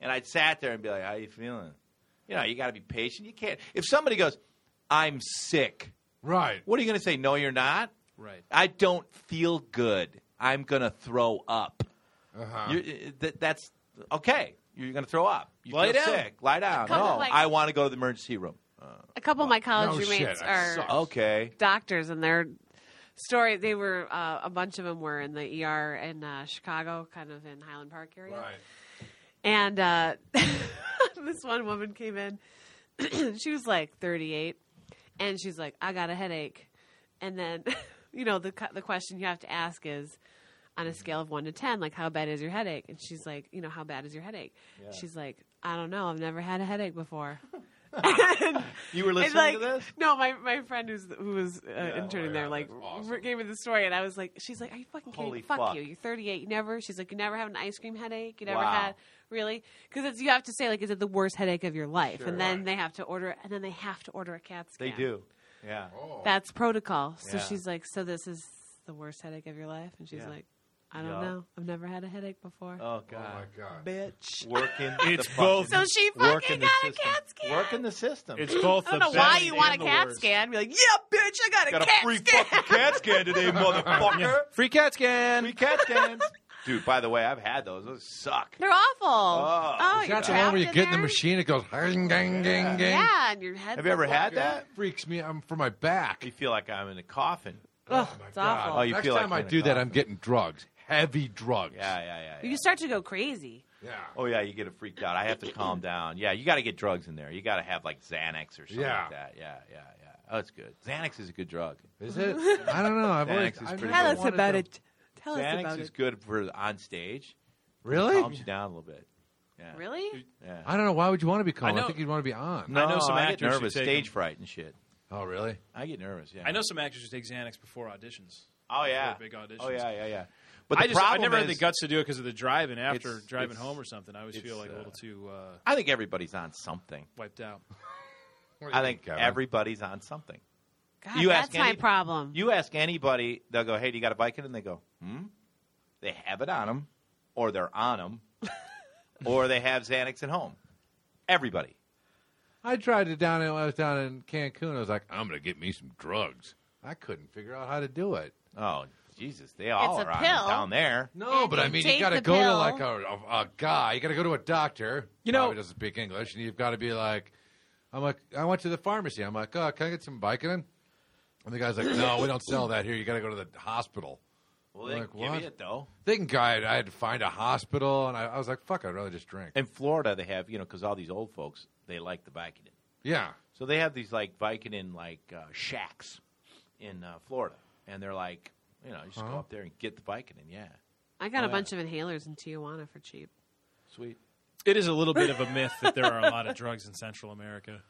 Speaker 3: and I'd sat there and be like, "How you feeling?" You know, you got to be patient. You can't. If somebody goes, "I'm sick,"
Speaker 2: Right.
Speaker 3: what are you going to say? No, you're not.
Speaker 5: right.
Speaker 3: I don't feel good. I'm going to throw up.
Speaker 2: Uh-huh.
Speaker 3: You, that, that's okay. You're going to throw up. You
Speaker 5: Lie
Speaker 3: feel
Speaker 5: down.
Speaker 3: sick. Lie down.
Speaker 4: Come
Speaker 3: No,
Speaker 4: on, like-
Speaker 3: I want to go to the emergency room.
Speaker 4: A couple of my college
Speaker 2: No shit,
Speaker 4: roommates
Speaker 2: that
Speaker 4: are
Speaker 2: sucks.
Speaker 3: Okay.
Speaker 4: doctors, and their story they were uh, a bunch of them were in the ER in uh, Chicago, kind of in Highland Park area.
Speaker 2: Right.
Speaker 4: And uh, this one woman came in. she was like 38, and she's like, "I got a headache." And then, you know, the cu- the question you have to ask is, on a scale of one to ten, like, how bad is your headache? And she's like, you know, how bad is your headache? She's like, I don't know. I've never had a headache before. And-
Speaker 3: You were
Speaker 4: and,
Speaker 3: listening
Speaker 4: like,
Speaker 3: to this? oh
Speaker 4: no, my, my friend who's who was uh, interning there,
Speaker 2: yeah,
Speaker 4: like,
Speaker 2: that's awesome.
Speaker 4: r- gave me the story, and I was like, she's like, are you fucking kidding?
Speaker 3: Holy
Speaker 4: me? fuck
Speaker 3: fuck.
Speaker 4: you. You're 38. You never. She's like, you never had an ice cream headache. You never
Speaker 3: Wow.
Speaker 4: had really because it's you have to say like, is it the worst headache of your life? and then they have to order, and then they have to order a CAT scan.
Speaker 3: They do. Yeah. Oh,
Speaker 2: Oh,
Speaker 4: That's protocol. So
Speaker 3: Yeah.
Speaker 4: she's like, so this is the worst headache of your life, and she's
Speaker 3: Yeah.
Speaker 4: like, I don't
Speaker 3: Yeah.
Speaker 4: know. I've never had a headache before.
Speaker 3: Oh
Speaker 2: Oh my
Speaker 3: god.
Speaker 2: god.
Speaker 3: Working.
Speaker 5: It's both.
Speaker 4: so she fucking got a CAT scan.
Speaker 3: Working the system.
Speaker 5: It's both.
Speaker 4: I don't know
Speaker 5: the
Speaker 4: why
Speaker 5: best
Speaker 4: you want a
Speaker 5: and the
Speaker 4: CAT
Speaker 5: worst.
Speaker 4: scan. Be like, yeah, bitch, I got a
Speaker 3: got a
Speaker 4: CAT
Speaker 3: free
Speaker 4: scan.
Speaker 3: fucking CAT scan today, motherfucker.
Speaker 5: Yeah. Free cat scan.
Speaker 3: Free CAT scans. Dude, by the way, I've had those. Those suck.
Speaker 4: They're awful.
Speaker 3: Oh.
Speaker 4: Oh,
Speaker 3: Is
Speaker 4: you're
Speaker 2: That's the one where you
Speaker 4: trapped
Speaker 2: get in the
Speaker 4: there?
Speaker 2: machine. It goes ding, ding, ding, ding.
Speaker 4: Yeah, and your head.
Speaker 3: Have you ever had that?
Speaker 2: That freaks me. I'm for my back.
Speaker 3: You feel like I'm in a coffin.
Speaker 4: Oh,
Speaker 2: My
Speaker 4: it's
Speaker 2: God.
Speaker 4: awful.
Speaker 3: Oh, you
Speaker 2: Next
Speaker 3: feel like
Speaker 2: time
Speaker 3: you're
Speaker 2: I
Speaker 3: in a
Speaker 2: do that,
Speaker 3: coffin.
Speaker 2: I'm getting drugs, heavy drugs.
Speaker 3: Yeah, yeah, yeah. yeah.
Speaker 4: You start to go crazy.
Speaker 2: yeah.
Speaker 3: Oh yeah, you get a freaked out. I have to calm down. Yeah, you got to get drugs in there. You got to have like Xanax or something
Speaker 2: Yeah.
Speaker 3: like that. Yeah, yeah, yeah. Oh, it's good. Xanax is a good drug.
Speaker 2: Is it? I don't know. I've
Speaker 3: Xanax
Speaker 2: always,
Speaker 3: is
Speaker 2: I've never
Speaker 3: pretty good.
Speaker 4: Tell us
Speaker 2: wanted
Speaker 4: about
Speaker 2: to-
Speaker 4: it. Tell us
Speaker 3: Xanax
Speaker 4: about
Speaker 3: is
Speaker 4: it.
Speaker 3: good for on stage. Calms
Speaker 2: Really?
Speaker 3: you down a little bit. Yeah.
Speaker 4: Really?
Speaker 3: Yeah.
Speaker 2: I don't know. Why would you want to be calm?
Speaker 5: I
Speaker 2: I,
Speaker 5: know.
Speaker 2: think you'd want to be on.
Speaker 3: No, I
Speaker 5: know some
Speaker 3: get
Speaker 5: actors who
Speaker 3: nervous,
Speaker 5: take
Speaker 3: stage
Speaker 5: them.
Speaker 3: fright and shit.
Speaker 2: Oh, really?
Speaker 3: I get nervous. Yeah.
Speaker 5: I know some actors who take Xanax before auditions.
Speaker 3: Oh yeah.
Speaker 5: big auditions.
Speaker 3: Oh yeah, yeah, yeah. But the
Speaker 5: I just I
Speaker 3: problem
Speaker 5: never
Speaker 3: is,
Speaker 5: had the guts to do it because of the driving after
Speaker 3: It's-
Speaker 5: driving
Speaker 3: it's-
Speaker 5: home or something. I always
Speaker 3: it's,
Speaker 5: feel like a
Speaker 3: uh,
Speaker 5: little too uh,
Speaker 3: I think everybody's on something.
Speaker 5: wiped out.
Speaker 3: I think
Speaker 2: Kevin?
Speaker 3: everybody's on something.
Speaker 4: God,
Speaker 3: You
Speaker 4: that's
Speaker 3: ask
Speaker 4: my
Speaker 3: any-
Speaker 4: problem.
Speaker 3: You ask anybody, they'll go, "Hey, do you got a Vicodin?" And they go, "Hmm." They have it on them, or they're on them, or they have Xanax at home. Everybody.
Speaker 2: I tried it down in, when I was down in Cancun. I was like, I'm going to get me some drugs. I couldn't figure out how to do it.
Speaker 3: Oh Jesus, they all
Speaker 4: It's a
Speaker 3: are on
Speaker 4: pill.
Speaker 3: them down there.
Speaker 2: No,
Speaker 4: And
Speaker 2: but
Speaker 4: you
Speaker 2: I mean,
Speaker 4: take
Speaker 2: you got to
Speaker 4: the
Speaker 2: go to
Speaker 4: pill.
Speaker 2: like a, a, a guy. You got to go to a doctor.
Speaker 5: You know-
Speaker 2: probably doesn't speak English, and you've got to be like, I'm like, I went to the pharmacy. I'm like, oh, can I get some Vicodin? And the guy's like, no, we don't sell that here. You got to go to the hospital.
Speaker 3: Well, they
Speaker 2: Like
Speaker 3: give you
Speaker 2: what?
Speaker 3: it though.
Speaker 2: Thinking guy, I had to find a hospital, and I, I was like, fuck, I'd rather just drink.
Speaker 3: In Florida, they have you know because all these old folks they like the Vicodin.
Speaker 2: Yeah.
Speaker 3: So they have these like Vicodin like uh, shacks in uh, Florida, and they're like, you know, you just go
Speaker 2: Huh?
Speaker 3: up there and get the Vicodin. Yeah,
Speaker 4: I got
Speaker 3: Oh,
Speaker 4: a
Speaker 3: yeah.
Speaker 4: bunch of inhalers in Tijuana for cheap.
Speaker 3: sweet.
Speaker 5: It is a little bit of a myth that there are a lot of drugs in Central America.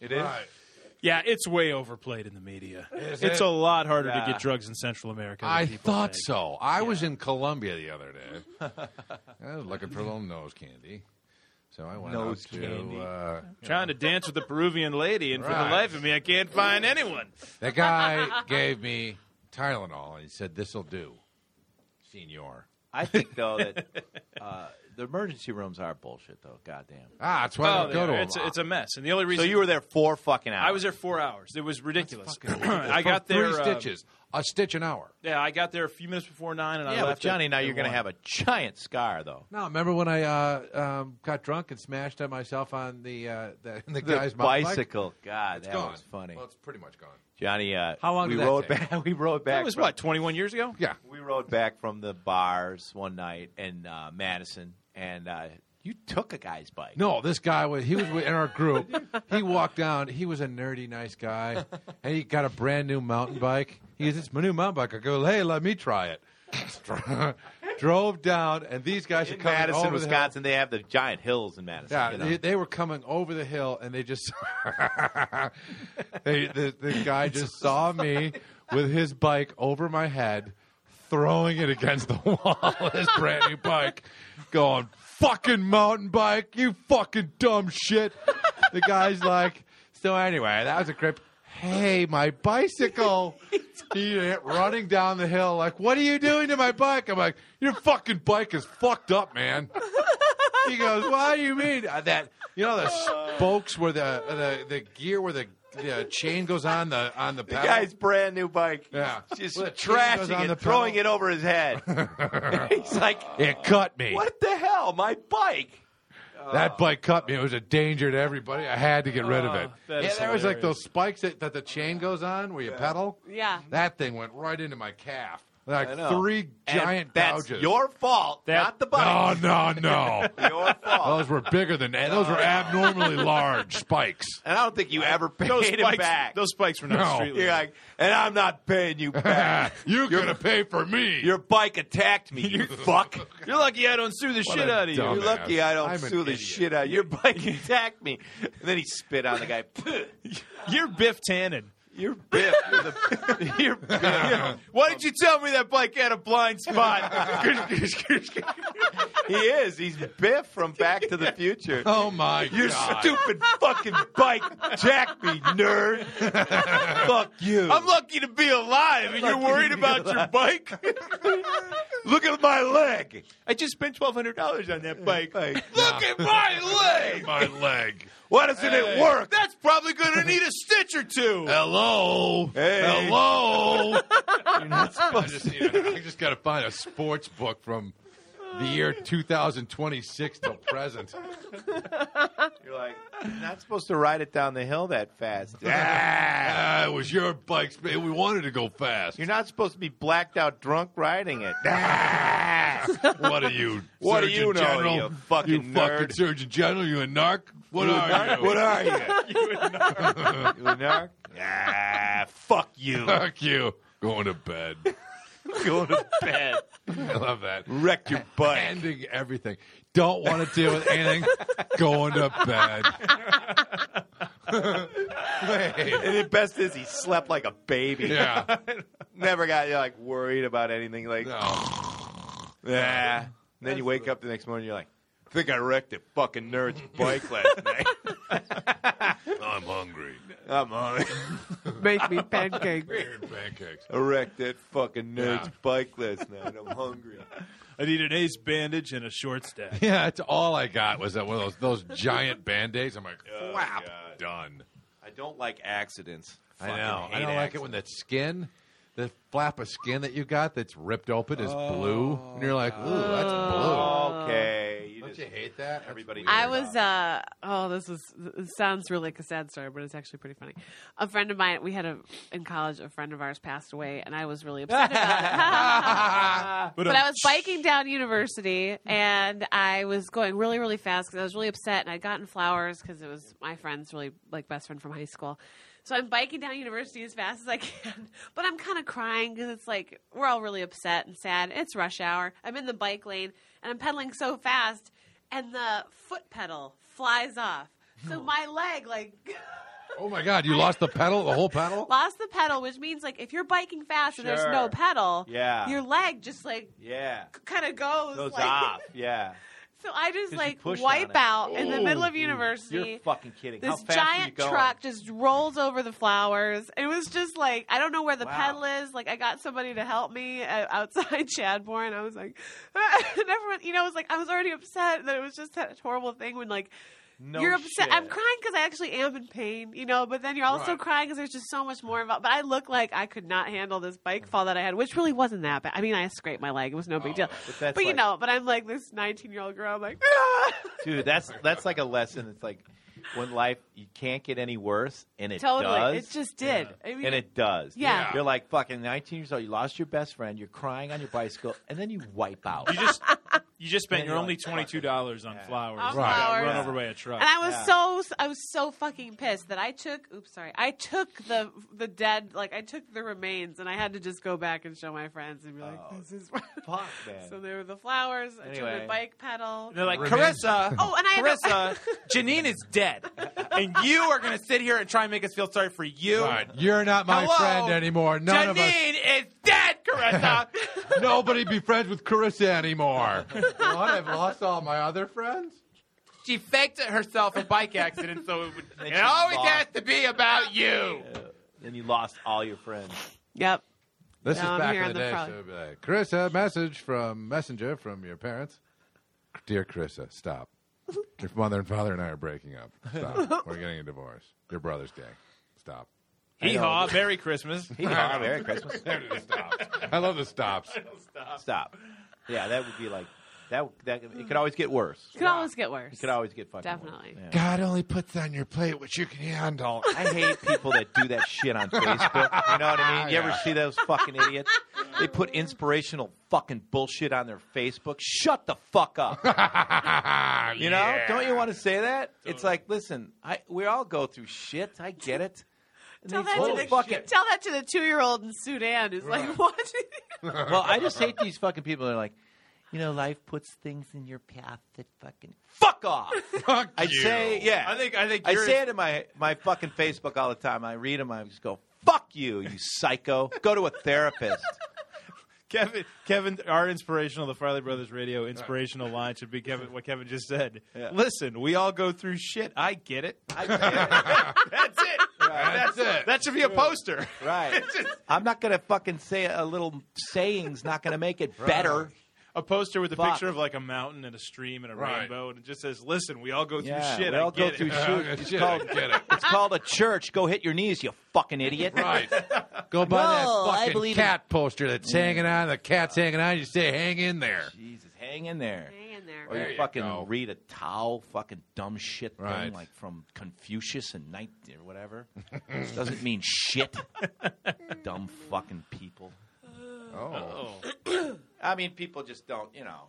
Speaker 3: It is.
Speaker 2: Right.
Speaker 5: Yeah, it's way overplayed in the media.
Speaker 2: Is
Speaker 5: it's
Speaker 2: it?
Speaker 5: a lot harder
Speaker 3: Yeah.
Speaker 5: to get drugs in Central America. than
Speaker 2: I
Speaker 5: people
Speaker 2: thought
Speaker 5: think.
Speaker 2: so. I was in Colombia the other day. I was looking for a little nose candy. So I went
Speaker 3: Nose
Speaker 2: out to,
Speaker 3: candy.
Speaker 2: Uh,
Speaker 5: Trying to dance with the Peruvian lady, and for the
Speaker 2: Right.
Speaker 5: life of me, I can't find anyone.
Speaker 2: That guy gave me Tylenol and he said, "This'll do, Senor."
Speaker 3: I think though that uh, the emergency rooms are bullshit though. Goddamn.
Speaker 2: Ah, that's why I don't
Speaker 5: they
Speaker 2: go
Speaker 5: are.
Speaker 2: to
Speaker 5: Oh, it's,
Speaker 2: him.
Speaker 5: a, it's a mess, and the only
Speaker 3: So
Speaker 5: reason
Speaker 3: you were there four fucking hours.
Speaker 5: I was there four hours. It was ridiculous.
Speaker 2: For
Speaker 5: I got there
Speaker 2: three
Speaker 5: uh,
Speaker 2: stitches, a stitch an hour.
Speaker 5: yeah, I got there a few minutes before nine, and I
Speaker 3: Yeah, but
Speaker 5: left.
Speaker 3: Johnny, now you're
Speaker 5: going
Speaker 3: going to have a giant scar though.
Speaker 2: No, remember when I uh, um, got drunk and smashed at myself on the uh, the, the guy's mountain bike?
Speaker 3: bicycle. God,
Speaker 2: It's
Speaker 3: that
Speaker 2: gone.
Speaker 3: was funny.
Speaker 2: Well, it's pretty much gone.
Speaker 3: Johnny, uh,
Speaker 2: How long
Speaker 3: we
Speaker 2: did that
Speaker 3: rode
Speaker 2: take?
Speaker 3: back? We rode back.
Speaker 5: That was
Speaker 3: from-
Speaker 5: what twenty one years ago.
Speaker 2: Yeah,
Speaker 3: We rode back from the bars one night in uh, Madison, and uh, You took a guy's bike.
Speaker 2: No, this guy was he was in our group. He walked down. He was a nerdy, nice guy, and he got a brand new mountain bike. He goes, "It's my new mountain bike." I go, "Hey, let me try it." Drove down, and these guys
Speaker 3: in
Speaker 2: are coming
Speaker 3: Madison,
Speaker 2: over the hill.
Speaker 3: Wisconsin, they have the giant hills in Madison.
Speaker 2: Yeah,
Speaker 3: you know.
Speaker 2: they, they were coming over the hill, and they just they, the, the guy just saw me with his bike over my head, throwing it against the wall. his brand new bike, going fucking mountain bike, you fucking dumb shit. The guy's like, so anyway, that was a grip. Hey, my bicycle. He hit running down the hill, like, what are you doing to my bike? I'm like, your fucking bike is fucked up, man. He goes, "Why do you mean Uh, that? You know the spokes where the uh, the the gear where the, the chain goes on the on the
Speaker 3: the
Speaker 2: pedal.
Speaker 3: guy's brand new bike.
Speaker 2: Yeah.
Speaker 3: Just
Speaker 2: Well, the chain goes on
Speaker 3: trashing
Speaker 2: the
Speaker 3: it, throwing it
Speaker 2: pedal.
Speaker 3: over his head. He's like,
Speaker 2: it cut me.
Speaker 3: what the hell? My bike.
Speaker 2: That
Speaker 3: Oh.
Speaker 2: bike cut me. It was a danger to everybody. I had to get rid of it.
Speaker 5: Oh, that
Speaker 2: yeah,
Speaker 5: is
Speaker 2: there was like
Speaker 5: hilarious.
Speaker 2: those spikes that, that the chain goes on where you pedal.
Speaker 4: Yeah.
Speaker 2: That thing went right into my calf.
Speaker 3: I
Speaker 2: Like
Speaker 3: know.
Speaker 2: three
Speaker 3: And
Speaker 2: giant
Speaker 3: that's
Speaker 2: gouges.
Speaker 3: your fault,
Speaker 5: That-
Speaker 3: not the
Speaker 2: no,
Speaker 3: bike.
Speaker 2: no, no.
Speaker 3: Your fault.
Speaker 2: those were bigger than those were abnormally large spikes.
Speaker 3: and I don't think you ever paid
Speaker 5: Those
Speaker 3: him
Speaker 5: spikes,
Speaker 3: back.
Speaker 5: those spikes were not
Speaker 2: No.
Speaker 5: street
Speaker 2: You're
Speaker 5: legal.
Speaker 3: You're like, and I'm not paying you back.
Speaker 2: You're gonna pay for me.
Speaker 3: Your bike attacked me, you fuck.
Speaker 5: You're lucky I don't sue the
Speaker 2: What
Speaker 5: shit
Speaker 2: a
Speaker 5: out of you.
Speaker 2: dumb-
Speaker 3: You're lucky I don't
Speaker 2: I'm an
Speaker 3: sue the
Speaker 2: idiot.
Speaker 3: shit out. of you. Your bike attacked me. And then he spit on the guy.
Speaker 5: You're Biff Tannen.
Speaker 3: You're Biff. You're, the, you're Biff.
Speaker 5: Why did you tell me that bike had a blind spot?
Speaker 3: He is. He's Biff from Back to the Future.
Speaker 2: Oh my
Speaker 3: You
Speaker 2: god!
Speaker 3: stupid fucking bike jack me, nerd. Fuck you.
Speaker 5: I'm lucky to be alive, and you're worried about your bike.
Speaker 3: Look at my leg.
Speaker 5: I just spent twelve hundred dollars on that bike.
Speaker 3: Like,
Speaker 5: Look at my leg.
Speaker 2: my leg.
Speaker 3: why doesn't it work?
Speaker 5: That's probably gonna need a stitch or two.
Speaker 2: Hello.
Speaker 3: Hey.
Speaker 2: Hello. I just, need a- I just got to find a sports book from the year 2026 till present.
Speaker 3: You're like, "I'm not supposed to ride it down the hill that fast.
Speaker 2: Ah, it was your bike. sp- We wanted to go fast.
Speaker 3: You're not supposed to be blacked out drunk riding it.
Speaker 2: What are you?
Speaker 3: What do
Speaker 2: Surgeon
Speaker 3: you know,
Speaker 2: General?
Speaker 3: you fucking nerd.
Speaker 2: Surgeon General. You a narc? What
Speaker 3: You a
Speaker 2: are
Speaker 3: narc?
Speaker 2: you?
Speaker 3: What are you? you a narc? Ah, fuck you.
Speaker 2: Fuck you. Going to bed.
Speaker 3: Going to bed.
Speaker 2: I love that.
Speaker 3: Wreck your bike.
Speaker 2: Ending everything. Don't want to deal with anything. Going to bed. Wait.
Speaker 3: And the best is he slept like a baby.
Speaker 2: Yeah.
Speaker 3: Never got you like worried about anything. Like,
Speaker 2: No.
Speaker 3: Yeah. And then you wake up the next morning, you're like, I think I wrecked a fucking nerd's bike last night.
Speaker 2: I'm hungry.
Speaker 3: I'm on it.
Speaker 4: Make me pancake.
Speaker 2: Pancakes.
Speaker 3: I wrecked that fucking nerd's
Speaker 2: Yeah.
Speaker 3: bike last night. I'm hungry.
Speaker 5: I need an ace bandage and a short stack.
Speaker 2: Yeah, that's all I got was that one of those those giant band aids. I'm like,
Speaker 3: Oh,
Speaker 2: flap,
Speaker 3: God.
Speaker 2: done.
Speaker 3: I don't like accidents.
Speaker 2: I know. I don't like it when that skin, the flap of skin that you got that's ripped open is blue, and you're like, ooh, that's blue.
Speaker 3: Okay. You
Speaker 2: Don't
Speaker 3: just,
Speaker 2: you hate that? That's
Speaker 3: Everybody-
Speaker 2: weird.
Speaker 4: I was uh oh this was this sounds really like a sad story but it's actually pretty funny. A friend of mine we had a in college a friend of ours passed away and I was really upset about it. but
Speaker 3: um,
Speaker 4: I was biking down University and I was going really really fast because I was really upset and I'd gotten flowers because it was my friend's really like best friend from high school. So I'm biking down University as fast as I can, but I'm kind of crying because it's like we're all really upset and sad. It's rush hour. I'm in the bike lane and I'm pedaling so fast and the foot pedal flies off. So my leg like
Speaker 2: Oh my god, you lost the pedal, the whole pedal.
Speaker 4: lost the pedal, which means like if you're biking fast and
Speaker 3: Sure.
Speaker 4: there's no pedal,
Speaker 3: Yeah.
Speaker 4: your leg just like
Speaker 3: Yeah.
Speaker 4: kind of goes
Speaker 3: Goes
Speaker 4: like,
Speaker 3: off. Yeah.
Speaker 4: So I just
Speaker 3: 'Cause you
Speaker 4: like
Speaker 3: pushed on
Speaker 4: wipe
Speaker 3: it.
Speaker 4: out in the middle of
Speaker 3: You're
Speaker 4: university.
Speaker 3: fucking kidding. How
Speaker 4: This
Speaker 3: fast are you
Speaker 4: giant
Speaker 3: going?
Speaker 4: truck just rolls over the flowers. It was just like I don't know where the
Speaker 3: Wow.
Speaker 4: pedal is. Like I got somebody to help me uh, outside Chadbourne. I was like, and everyone, you know, it was like I was already upset that it was just that horrible thing when like
Speaker 3: No
Speaker 4: you're upset.
Speaker 3: shit.
Speaker 4: I'm crying because I actually am in pain, you know. But then you're also
Speaker 2: Right.
Speaker 4: crying because there's just so much more involved. But I look like I could not handle this bike
Speaker 3: Mm.
Speaker 4: fall that I had, which really wasn't that bad. I mean, I scraped my leg; it was no big
Speaker 2: Oh,
Speaker 4: deal.
Speaker 3: But, that's
Speaker 4: but you
Speaker 3: like-
Speaker 4: know, but I'm like this 19 year old girl. I'm like, "Ah!"
Speaker 3: dude, that's that's like a lesson. It's like when life you can't get any worse, and it does.
Speaker 4: totally. It just did. I mean,
Speaker 3: and it does.
Speaker 4: Yeah.
Speaker 2: Yeah.
Speaker 3: You're like fucking 19 years old. You lost your best friend. You're crying on your bicycle, and then you wipe out.
Speaker 5: You just you just spent
Speaker 3: And
Speaker 5: your
Speaker 3: you're
Speaker 5: only
Speaker 3: like, fuck
Speaker 5: twenty
Speaker 3: it.
Speaker 5: two dollars on
Speaker 3: Yeah.
Speaker 5: flowers.
Speaker 4: On
Speaker 5: You got
Speaker 4: flowers.
Speaker 5: run
Speaker 3: Yeah.
Speaker 5: over by a truck.
Speaker 4: And I was
Speaker 3: Yeah.
Speaker 4: so I was so fucking pissed that I took oops sorry I took the the dead like I took the remains and I had to just go back and show my friends and be like
Speaker 3: Oh.
Speaker 4: this is
Speaker 3: Fuck, man.
Speaker 4: so there were the flowers I turned
Speaker 3: Anyway.
Speaker 4: a bike pedal
Speaker 5: And they're like,
Speaker 2: Revenge.
Speaker 5: Carissa,
Speaker 4: Oh, and I had a-
Speaker 5: Carissa, Janine is dead, and you are going to sit here and try and make us feel sorry for you.
Speaker 2: Right, You're not my
Speaker 5: Hello?
Speaker 2: friend anymore. None
Speaker 5: Janine
Speaker 2: of us.
Speaker 5: is dead, Carissa.
Speaker 2: Nobody be friends with Carissa anymore. what? I've lost all my other friends?
Speaker 5: she faked herself a bike accident, so it would.
Speaker 3: And she lost.
Speaker 5: to be about you.
Speaker 3: Then you lost all your friends.
Speaker 4: yep
Speaker 2: This
Speaker 4: Now I'm
Speaker 2: is back
Speaker 4: here
Speaker 2: in
Speaker 4: on
Speaker 2: the,
Speaker 4: the
Speaker 2: day.
Speaker 4: front.
Speaker 2: So it'd be like, Carissa, message from messenger from your parents. Dear Carissa, stop. Your mother and father and I are breaking up. Stop. We're getting a divorce. Your brother's gay. Stop.
Speaker 5: Hee haw! Merry Christmas.
Speaker 3: Yeah, Oh, Merry Christmas.
Speaker 2: I love the stops.
Speaker 3: Stop. Yeah, that would be like that. That it could always get worse.
Speaker 4: could always get worse
Speaker 3: It could always get fucking worse.
Speaker 4: Definitely.
Speaker 3: Yeah.
Speaker 2: God only puts on your plate what you can handle.
Speaker 3: I hate people that do that shit on Facebook. You know what I mean? You ever see those fucking idiots? They put inspirational fucking bullshit on their Facebook. Shut the fuck up.
Speaker 2: Ah,
Speaker 3: You know? Don't you want to say that? It's like, listen, I we all go through shit. I get it. And
Speaker 4: tell
Speaker 3: these
Speaker 4: that,
Speaker 3: little
Speaker 4: to the,
Speaker 3: fucking,
Speaker 4: tell that to the two year old in Sudan who's like what
Speaker 3: well, I just hate these fucking people. They're like, you know, life puts things in your path that fucking fuck off.
Speaker 2: Fuck
Speaker 3: I'd say, yeah.
Speaker 5: I think. I think.
Speaker 3: I
Speaker 5: You're,
Speaker 3: say it in my my fucking Facebook all the time. I read them. I just go, "Fuck you, you psycho. Go to a therapist."
Speaker 5: Kevin. Kevin, our inspirational, the Farley Brothers Radio inspirational line should be Kevin. What Kevin just said.
Speaker 3: Yeah.
Speaker 5: Listen, we all go through shit. I get it.
Speaker 3: I get
Speaker 5: That's it.
Speaker 2: That's it.
Speaker 5: That should be a poster.
Speaker 3: it. Right. I'm not gonna fucking say a little saying's not gonna make it better.
Speaker 5: A poster with a
Speaker 3: Fuck.
Speaker 5: picture of like a mountain and a stream and a
Speaker 2: Right.
Speaker 5: rainbow, and it just says, "Listen, we all go through
Speaker 3: Yeah,
Speaker 5: shit.
Speaker 3: we
Speaker 5: I
Speaker 3: all go
Speaker 5: get it."
Speaker 3: through shit.
Speaker 2: Okay, shit, I get it.
Speaker 3: It's called a church. Go hit your knees, you fucking idiot.
Speaker 2: Right. Go buy
Speaker 3: No, I
Speaker 2: that fucking
Speaker 3: believe in-
Speaker 2: cat poster that's hanging on. The cat's hanging on. You say, hang in there.
Speaker 3: Jesus, hang in there.
Speaker 4: hang in
Speaker 3: Or
Speaker 4: there
Speaker 2: There
Speaker 3: you
Speaker 2: you
Speaker 3: fucking
Speaker 2: go.
Speaker 3: read a Tao fucking dumb shit thing
Speaker 2: Right.
Speaker 3: like from Confucius and Night or whatever. Doesn't mean shit. dumb fucking people.
Speaker 2: Oh.
Speaker 3: I mean, people just don't, you know.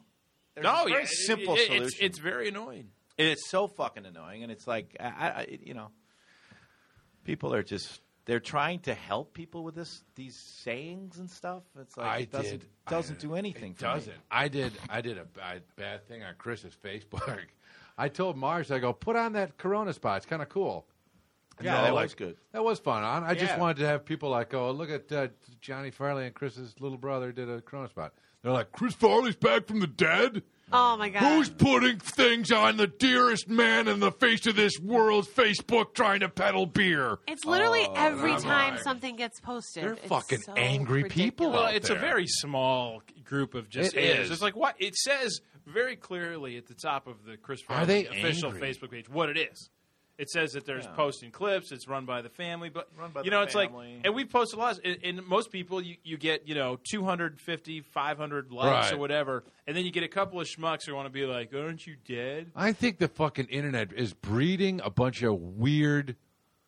Speaker 3: There's
Speaker 5: No,
Speaker 3: a
Speaker 5: yeah,
Speaker 3: very
Speaker 5: it-
Speaker 3: simple
Speaker 5: it-
Speaker 3: solution.
Speaker 5: It's, it's very annoying.
Speaker 3: It is so fucking annoying, and it's like I, I, I- you know, people are just they're trying to help people with this these sayings and stuff. It's like
Speaker 2: I
Speaker 3: it doesn't
Speaker 2: did.
Speaker 3: doesn't
Speaker 2: I-
Speaker 3: do anything.
Speaker 2: It
Speaker 3: for me.
Speaker 2: doesn't. I did. I did a bad, bad thing on Chris's Facebook. I told Mars, I go put on that Corona spot. It's kind of cool. And
Speaker 3: Yeah,
Speaker 2: they're
Speaker 3: that
Speaker 2: like-
Speaker 3: was good.
Speaker 2: That was fun. I, I just
Speaker 3: Yeah.
Speaker 2: wanted to have people like, oh, look at uh, Johnny Farley and Chris's little brother did a Corona spot. They're like, Chris Farley's back from the dead.
Speaker 4: oh my god
Speaker 2: Who's putting things on the dearest man in the face of this world's Facebook trying to peddle beer?
Speaker 4: It's literally every
Speaker 2: that's
Speaker 4: time
Speaker 2: right.
Speaker 4: something gets posted.
Speaker 2: They're
Speaker 4: It's
Speaker 2: fucking
Speaker 4: so
Speaker 2: angry people.
Speaker 5: Well,
Speaker 2: out
Speaker 5: it's a
Speaker 2: there.
Speaker 5: very small group of just
Speaker 2: It
Speaker 5: haters.
Speaker 2: is.
Speaker 5: It's like what it says very clearly at the top of the Chris Farley
Speaker 2: they
Speaker 5: official
Speaker 2: angry?
Speaker 5: Facebook page what it is. It says that there's
Speaker 3: Yeah.
Speaker 5: posting clips. It's run by the family, but
Speaker 3: Run by
Speaker 5: you
Speaker 3: the
Speaker 5: know it's
Speaker 3: family.
Speaker 5: like, and we post a lot. And, and most people, you, you get you know 250, 500 likes
Speaker 2: Right.
Speaker 5: or whatever, and then you get a couple of schmucks who want to be like, "Aren't you dead?"
Speaker 2: I think the fucking internet is breeding a bunch of weird,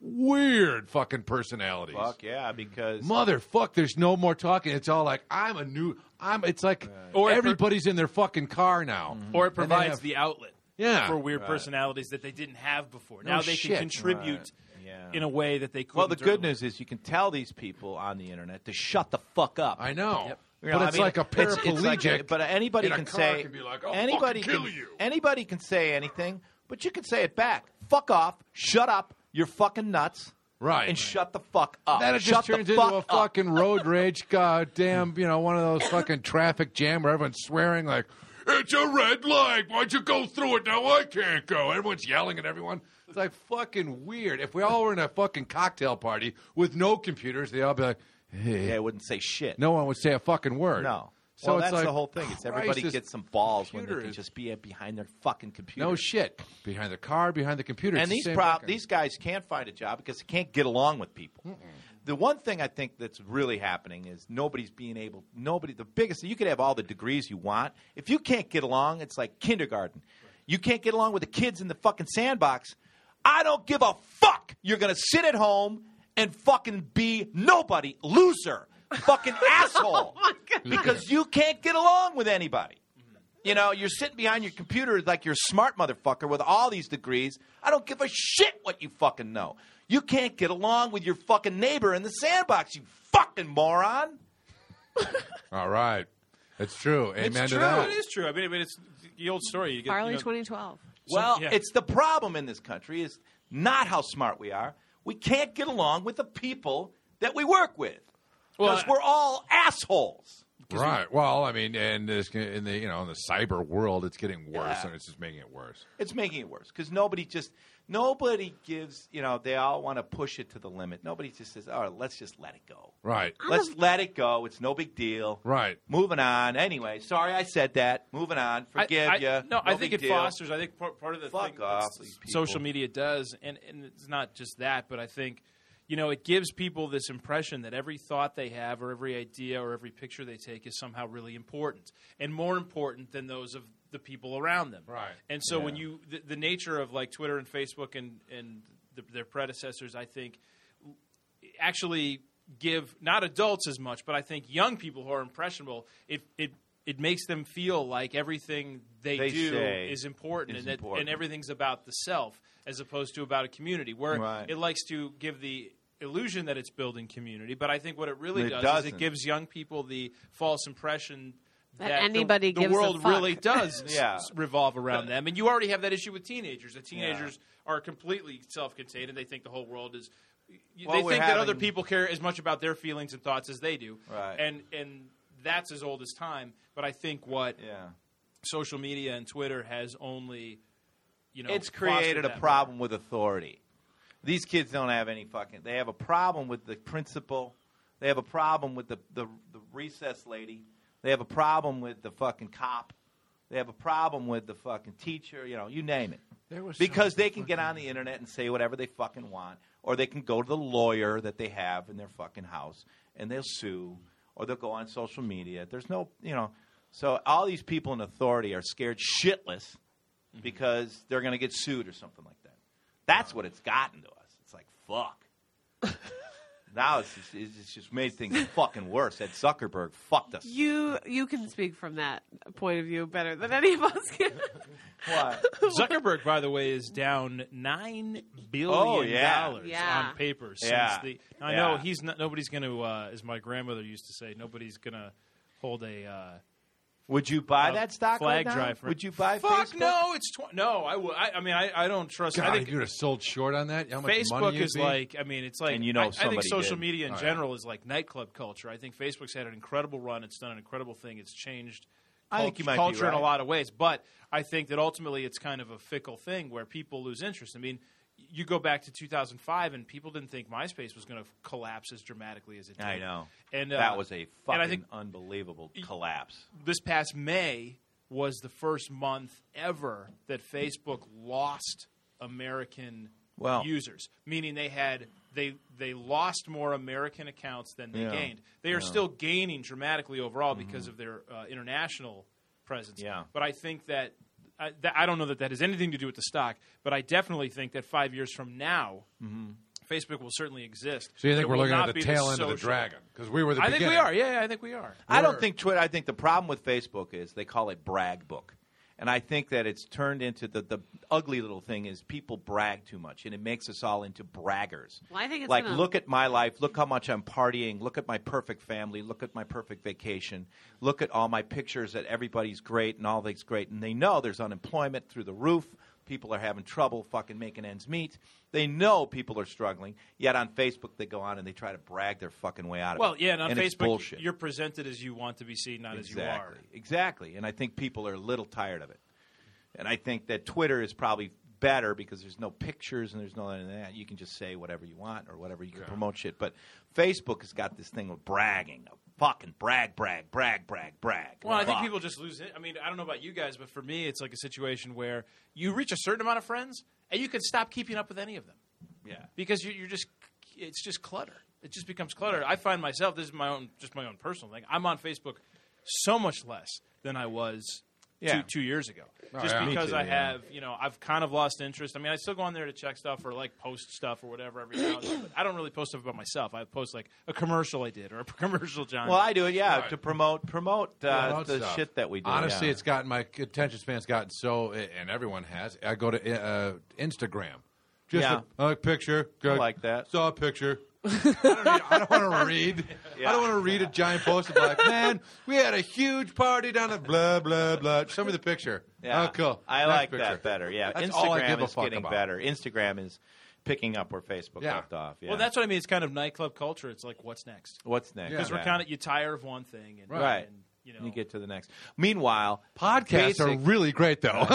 Speaker 2: weird fucking personalities.
Speaker 3: Fuck yeah, because
Speaker 2: Motherfuck, there's no more talking. It's all like I'm a new. I'm. It's like
Speaker 5: Or it per-
Speaker 2: everybody's in their fucking car now.
Speaker 5: Or
Speaker 2: And
Speaker 5: it
Speaker 2: they
Speaker 5: provides
Speaker 2: have-
Speaker 5: the outlet
Speaker 2: Yeah.
Speaker 5: for weird personalities that they didn't have before.
Speaker 2: No
Speaker 5: now they
Speaker 2: shit.
Speaker 5: can contribute
Speaker 3: yeah.
Speaker 5: in a way that they couldn't.
Speaker 3: well, the good
Speaker 5: earlier.
Speaker 3: news is you can tell these people on the internet to shut the fuck up.
Speaker 2: I know,
Speaker 3: You know,
Speaker 2: but
Speaker 3: I
Speaker 2: it's
Speaker 3: mean,
Speaker 2: like a
Speaker 3: it's-
Speaker 2: paraplegic.
Speaker 3: it's like a- but anybody
Speaker 2: in a
Speaker 3: can
Speaker 2: car
Speaker 3: say
Speaker 2: can be like, "I'll
Speaker 3: anybody
Speaker 2: fucking kill
Speaker 3: can
Speaker 2: you."
Speaker 3: anybody can say anything, but you can say it back. Fuck off. Shut up. You're fucking nuts.
Speaker 2: Right.
Speaker 3: And shut the fuck up.
Speaker 2: Then it just
Speaker 3: Oh, Shut the
Speaker 2: turns into
Speaker 3: fuck
Speaker 2: a
Speaker 3: up.
Speaker 2: fucking road rage, goddamn, you know, one of those fucking traffic jam where everyone's swearing like, "It's a red light. Why'd you go through it? Now I can't go." Everyone's yelling at everyone. It's like fucking weird. If we all were in a fucking cocktail party with no computers, they'd all be like, "Hey."
Speaker 3: Yeah, it wouldn't say shit.
Speaker 2: No one would say a fucking word.
Speaker 3: No.
Speaker 2: So
Speaker 3: well,
Speaker 2: it's
Speaker 3: that's
Speaker 2: like,
Speaker 3: the whole thing. It's everybody
Speaker 2: Christ,
Speaker 3: gets some balls when they
Speaker 2: computer
Speaker 3: can
Speaker 2: is-
Speaker 3: just be behind their fucking computer.
Speaker 2: No shit behind the car, behind the computer.
Speaker 3: and
Speaker 2: it's the
Speaker 3: these
Speaker 2: same
Speaker 3: prob-
Speaker 2: fucking-
Speaker 3: these guys can't find a job because they can't get along with people. The one thing I think that's really happening is nobody's being able. Nobody. The biggest. You could have all the degrees you want. If you can't get along, it's like kindergarten. You can't get along with the kids in the fucking sandbox. I don't give a fuck. You're gonna sit at home and fucking be nobody, loser, fucking asshole, because you can't get along with anybody. You know, you're sitting behind your computer like you're a smart motherfucker with all these degrees. I don't give a shit what you fucking know. You can't get along with your fucking neighbor in the sandbox, you fucking moron.
Speaker 2: All right. It's true. Amen
Speaker 5: it's
Speaker 2: to
Speaker 5: true.
Speaker 2: that.
Speaker 5: It is true. I mean, I mean, it's the old story. You get,
Speaker 4: Farley
Speaker 5: you know,
Speaker 4: 2012.
Speaker 3: Well,
Speaker 5: yeah.
Speaker 3: it's the problem in this country is not how smart we are. We can't get along with the people that we work with
Speaker 5: Well,
Speaker 3: because we're all assholes.
Speaker 2: Right. Well, I mean, and this in the you know in the cyber world, it's getting worse,
Speaker 3: Yeah.
Speaker 2: and it's just making it worse.
Speaker 3: It's making it worse because nobody just nobody gives. You know, they all want to push it to the limit. Nobody just says, "All right, let's just let it go.
Speaker 2: Right.
Speaker 3: Let's let it go. It's no big deal."
Speaker 2: Right.
Speaker 3: Moving on. Anyway, sorry I said that. Moving on.
Speaker 5: I-
Speaker 3: Forgive
Speaker 5: I-
Speaker 3: you.
Speaker 5: No, I think
Speaker 3: big
Speaker 5: it
Speaker 3: deal.
Speaker 5: fosters. I think part, part of the
Speaker 3: Fuck
Speaker 5: thing
Speaker 3: off,
Speaker 5: that's-
Speaker 3: these people.
Speaker 5: social media does, and, and it's not just that, but I think you know it gives people this impression that every thought they have, or every idea, or every picture they take is somehow really important and more important than those of the people around them.
Speaker 2: Right.
Speaker 5: And so when you the, the nature of like Twitter and Facebook and and the, their predecessors, I think actually give not adults as much, but I think young people who are impressionable, it it it makes them feel like everything they,
Speaker 3: They
Speaker 5: do
Speaker 3: say
Speaker 5: is important,
Speaker 3: is
Speaker 5: and that,
Speaker 3: important.
Speaker 5: and everything's about the self as opposed to about a community, where
Speaker 3: Right.
Speaker 5: it likes to give the illusion that it's building community. But I think what it really
Speaker 3: It
Speaker 5: does is
Speaker 3: doesn't.
Speaker 5: it gives young people the false impression.
Speaker 4: That
Speaker 5: That,
Speaker 4: anybody
Speaker 5: the, the
Speaker 4: gives a
Speaker 5: world
Speaker 4: fuck.
Speaker 5: really does s-
Speaker 3: Yeah.
Speaker 5: s- revolve around them, and you already have that issue with teenagers. The teenagers are completely self-contained, and they think the whole world is you-
Speaker 3: Well,
Speaker 5: they
Speaker 3: we're
Speaker 5: think that other
Speaker 3: having-
Speaker 5: people care as much about their feelings and thoughts as they do,
Speaker 3: Right.
Speaker 5: and and that's as old as time. But I think what
Speaker 3: Yeah.
Speaker 5: social media and Twitter has only, you know,
Speaker 3: it's
Speaker 5: fostered
Speaker 3: created a
Speaker 5: that
Speaker 3: problem with authority. These kids don't have any fucking. They have a problem with the principal. They have a problem with the, the, the recess lady. They have a problem with the fucking cop. They have a problem with the fucking teacher. You know, you name it.
Speaker 2: There was
Speaker 3: because they can get on the internet and say whatever they fucking want, or they can go to the lawyer that they have in their fucking house and they'll sue, or they'll go on social media. There's no, you know, so all these people in authority are scared shitless
Speaker 2: Mm-hmm.
Speaker 3: because they're going to get sued or something like that. That's what it's gotten to us. It's like fuck. now it's just, it's just- it's just made things fucking worse. That Zuckerberg fucked us.
Speaker 4: You you can speak from that point of view better than any of us can.
Speaker 3: What?
Speaker 5: problem. Zuckerberg, by the way, is down nine billion
Speaker 3: Oh, yeah.
Speaker 5: dollars
Speaker 4: Yeah.
Speaker 5: on paper since
Speaker 3: Yeah.
Speaker 5: the. Now, I
Speaker 3: Yeah.
Speaker 5: know he's not. Nobody's going to, uh, as my grandmother used to say, nobody's going to hold a. Uh,
Speaker 3: Would you buy
Speaker 5: Uh,
Speaker 3: that stock
Speaker 5: flag
Speaker 3: right now?
Speaker 5: drive for-
Speaker 3: Would you buy
Speaker 5: fuck
Speaker 3: Facebook?
Speaker 5: no! It's tw- no. I, w- I I mean I, I don't trust.
Speaker 2: God,
Speaker 5: I
Speaker 2: if
Speaker 5: think
Speaker 2: you would have sold short on that, you know how much money
Speaker 5: Facebook
Speaker 2: you'd
Speaker 5: is
Speaker 2: be?
Speaker 5: like, I mean, it's like,
Speaker 3: And you know
Speaker 5: I, I think
Speaker 3: somebody
Speaker 5: social
Speaker 3: did.
Speaker 5: media in
Speaker 2: Oh, yeah.
Speaker 5: general is like nightclub culture. I think Facebook's had an incredible run. It's done an incredible thing. It's changed
Speaker 3: I think
Speaker 5: cult-
Speaker 3: you might be
Speaker 5: culture in a
Speaker 3: right.
Speaker 5: lot of ways. But I think that ultimately it's kind of a fickle thing where people lose interest. I mean, you go back to 2005 and people didn't think MySpace was going to collapse as dramatically as it did.
Speaker 3: I know.
Speaker 5: And uh,
Speaker 3: that was a fucking
Speaker 5: and I think
Speaker 3: unbelievable collapse.
Speaker 5: this past May was the first month ever that Facebook lost American
Speaker 3: Wow.
Speaker 5: users, meaning they had they they lost more American accounts than they
Speaker 3: Yeah. Mm-hmm.
Speaker 5: gained. They are still gaining dramatically overall because of their uh, international presence.
Speaker 3: Yeah.
Speaker 5: but I think that. I, that, I don't know that that has anything to do with the stock, but I definitely think that five years from now,
Speaker 3: Mm-hmm.
Speaker 5: Facebook will certainly exist.
Speaker 2: So you
Speaker 5: It
Speaker 2: think we're
Speaker 5: will
Speaker 2: looking
Speaker 5: not
Speaker 2: at the
Speaker 5: be
Speaker 2: tail end of the
Speaker 5: social-
Speaker 2: dragon? Because we were the
Speaker 5: I think
Speaker 2: beginning.
Speaker 5: we are. Yeah, yeah, I think we are.
Speaker 3: I don't
Speaker 2: Word.
Speaker 3: think Twitter. I think the problem with Facebook is they call it brag book, and I think that it's turned into the the ugly little thing is people brag too much, and it makes us all into braggers.
Speaker 4: Well, I think it's
Speaker 3: like
Speaker 4: gonna-
Speaker 3: look at my life, look how much I'm partying, look at my perfect family, look at my perfect vacation, look at all my pictures that everybody's great and all things great, and they know there's unemployment through the roof. People are having trouble fucking making ends meet. They know people are struggling. Yet on Facebook, they go on and they try to brag their fucking way out of
Speaker 5: Well,
Speaker 3: it.
Speaker 5: yeah, and on
Speaker 3: and it's
Speaker 5: Facebook,
Speaker 3: bullshit.
Speaker 5: you're presented as you want to be seen, not as you are.
Speaker 3: Exactly. Exactly. And I think people are a little tired of it. And I think that Twitter is probably better because there's no pictures and there's no other than that. You can just say whatever you want or whatever you can promote shit. But Facebook has got this thing with bragging. Fucking brag, brag, brag, brag, brag.
Speaker 5: Well, I think
Speaker 3: Fuck.
Speaker 5: people just lose it. I mean, I don't know about you guys, but for me, it's like a situation where you reach a certain amount of friends and you can stop keeping up with any of them
Speaker 3: Yeah.
Speaker 5: because you, you're just it's just clutter. It just becomes clutter. I find myself this is my own just my own personal thing. I'm on Facebook so much less than I was
Speaker 3: Yeah.
Speaker 5: two, two years ago.
Speaker 2: Oh,
Speaker 5: Just
Speaker 2: yeah. Me
Speaker 5: because
Speaker 3: too,
Speaker 5: I
Speaker 3: yeah.
Speaker 5: have, you know, I've kind of lost interest. I mean, I still go on there to check stuff or like post stuff or whatever every now and then. But I don't really post stuff about myself. I post like a commercial I did or a commercial John.
Speaker 3: Well, I do it, yeah,
Speaker 2: Right.
Speaker 3: to promote promote uh,
Speaker 2: Promote
Speaker 3: the
Speaker 2: stuff.
Speaker 3: shit that we do.
Speaker 2: Honestly,
Speaker 3: yeah.
Speaker 2: it's gotten my attention span's gotten so, and everyone has. I go to uh, Instagram. Just
Speaker 3: Yeah.
Speaker 2: a, a picture. Go,
Speaker 3: I like that.
Speaker 2: Saw a picture. I don't, need- I don't want to read. I don't want to read a giant post of like, man, we had a huge party down at blah blah blah. Show me the picture.
Speaker 3: Yeah.
Speaker 2: Oh, cool.
Speaker 3: I
Speaker 2: Next
Speaker 3: like
Speaker 2: picture.
Speaker 3: that better. Yeah,
Speaker 2: That's
Speaker 3: Instagram
Speaker 2: all I give a
Speaker 3: is
Speaker 2: fuck
Speaker 3: getting
Speaker 2: about.
Speaker 3: better. Instagram is picking up where Facebook
Speaker 2: Yeah.
Speaker 3: left off. Yeah.
Speaker 5: Well, that's what I mean. It's kind of nightclub culture. It's like, what's next?
Speaker 3: what's next.
Speaker 5: Because
Speaker 3: Yeah.
Speaker 5: we're kind of you tire of one thing, and,
Speaker 3: Right.
Speaker 5: and, you know,
Speaker 3: You get to the next. Meanwhile,
Speaker 2: Podcasts are
Speaker 3: basic-
Speaker 2: really great though.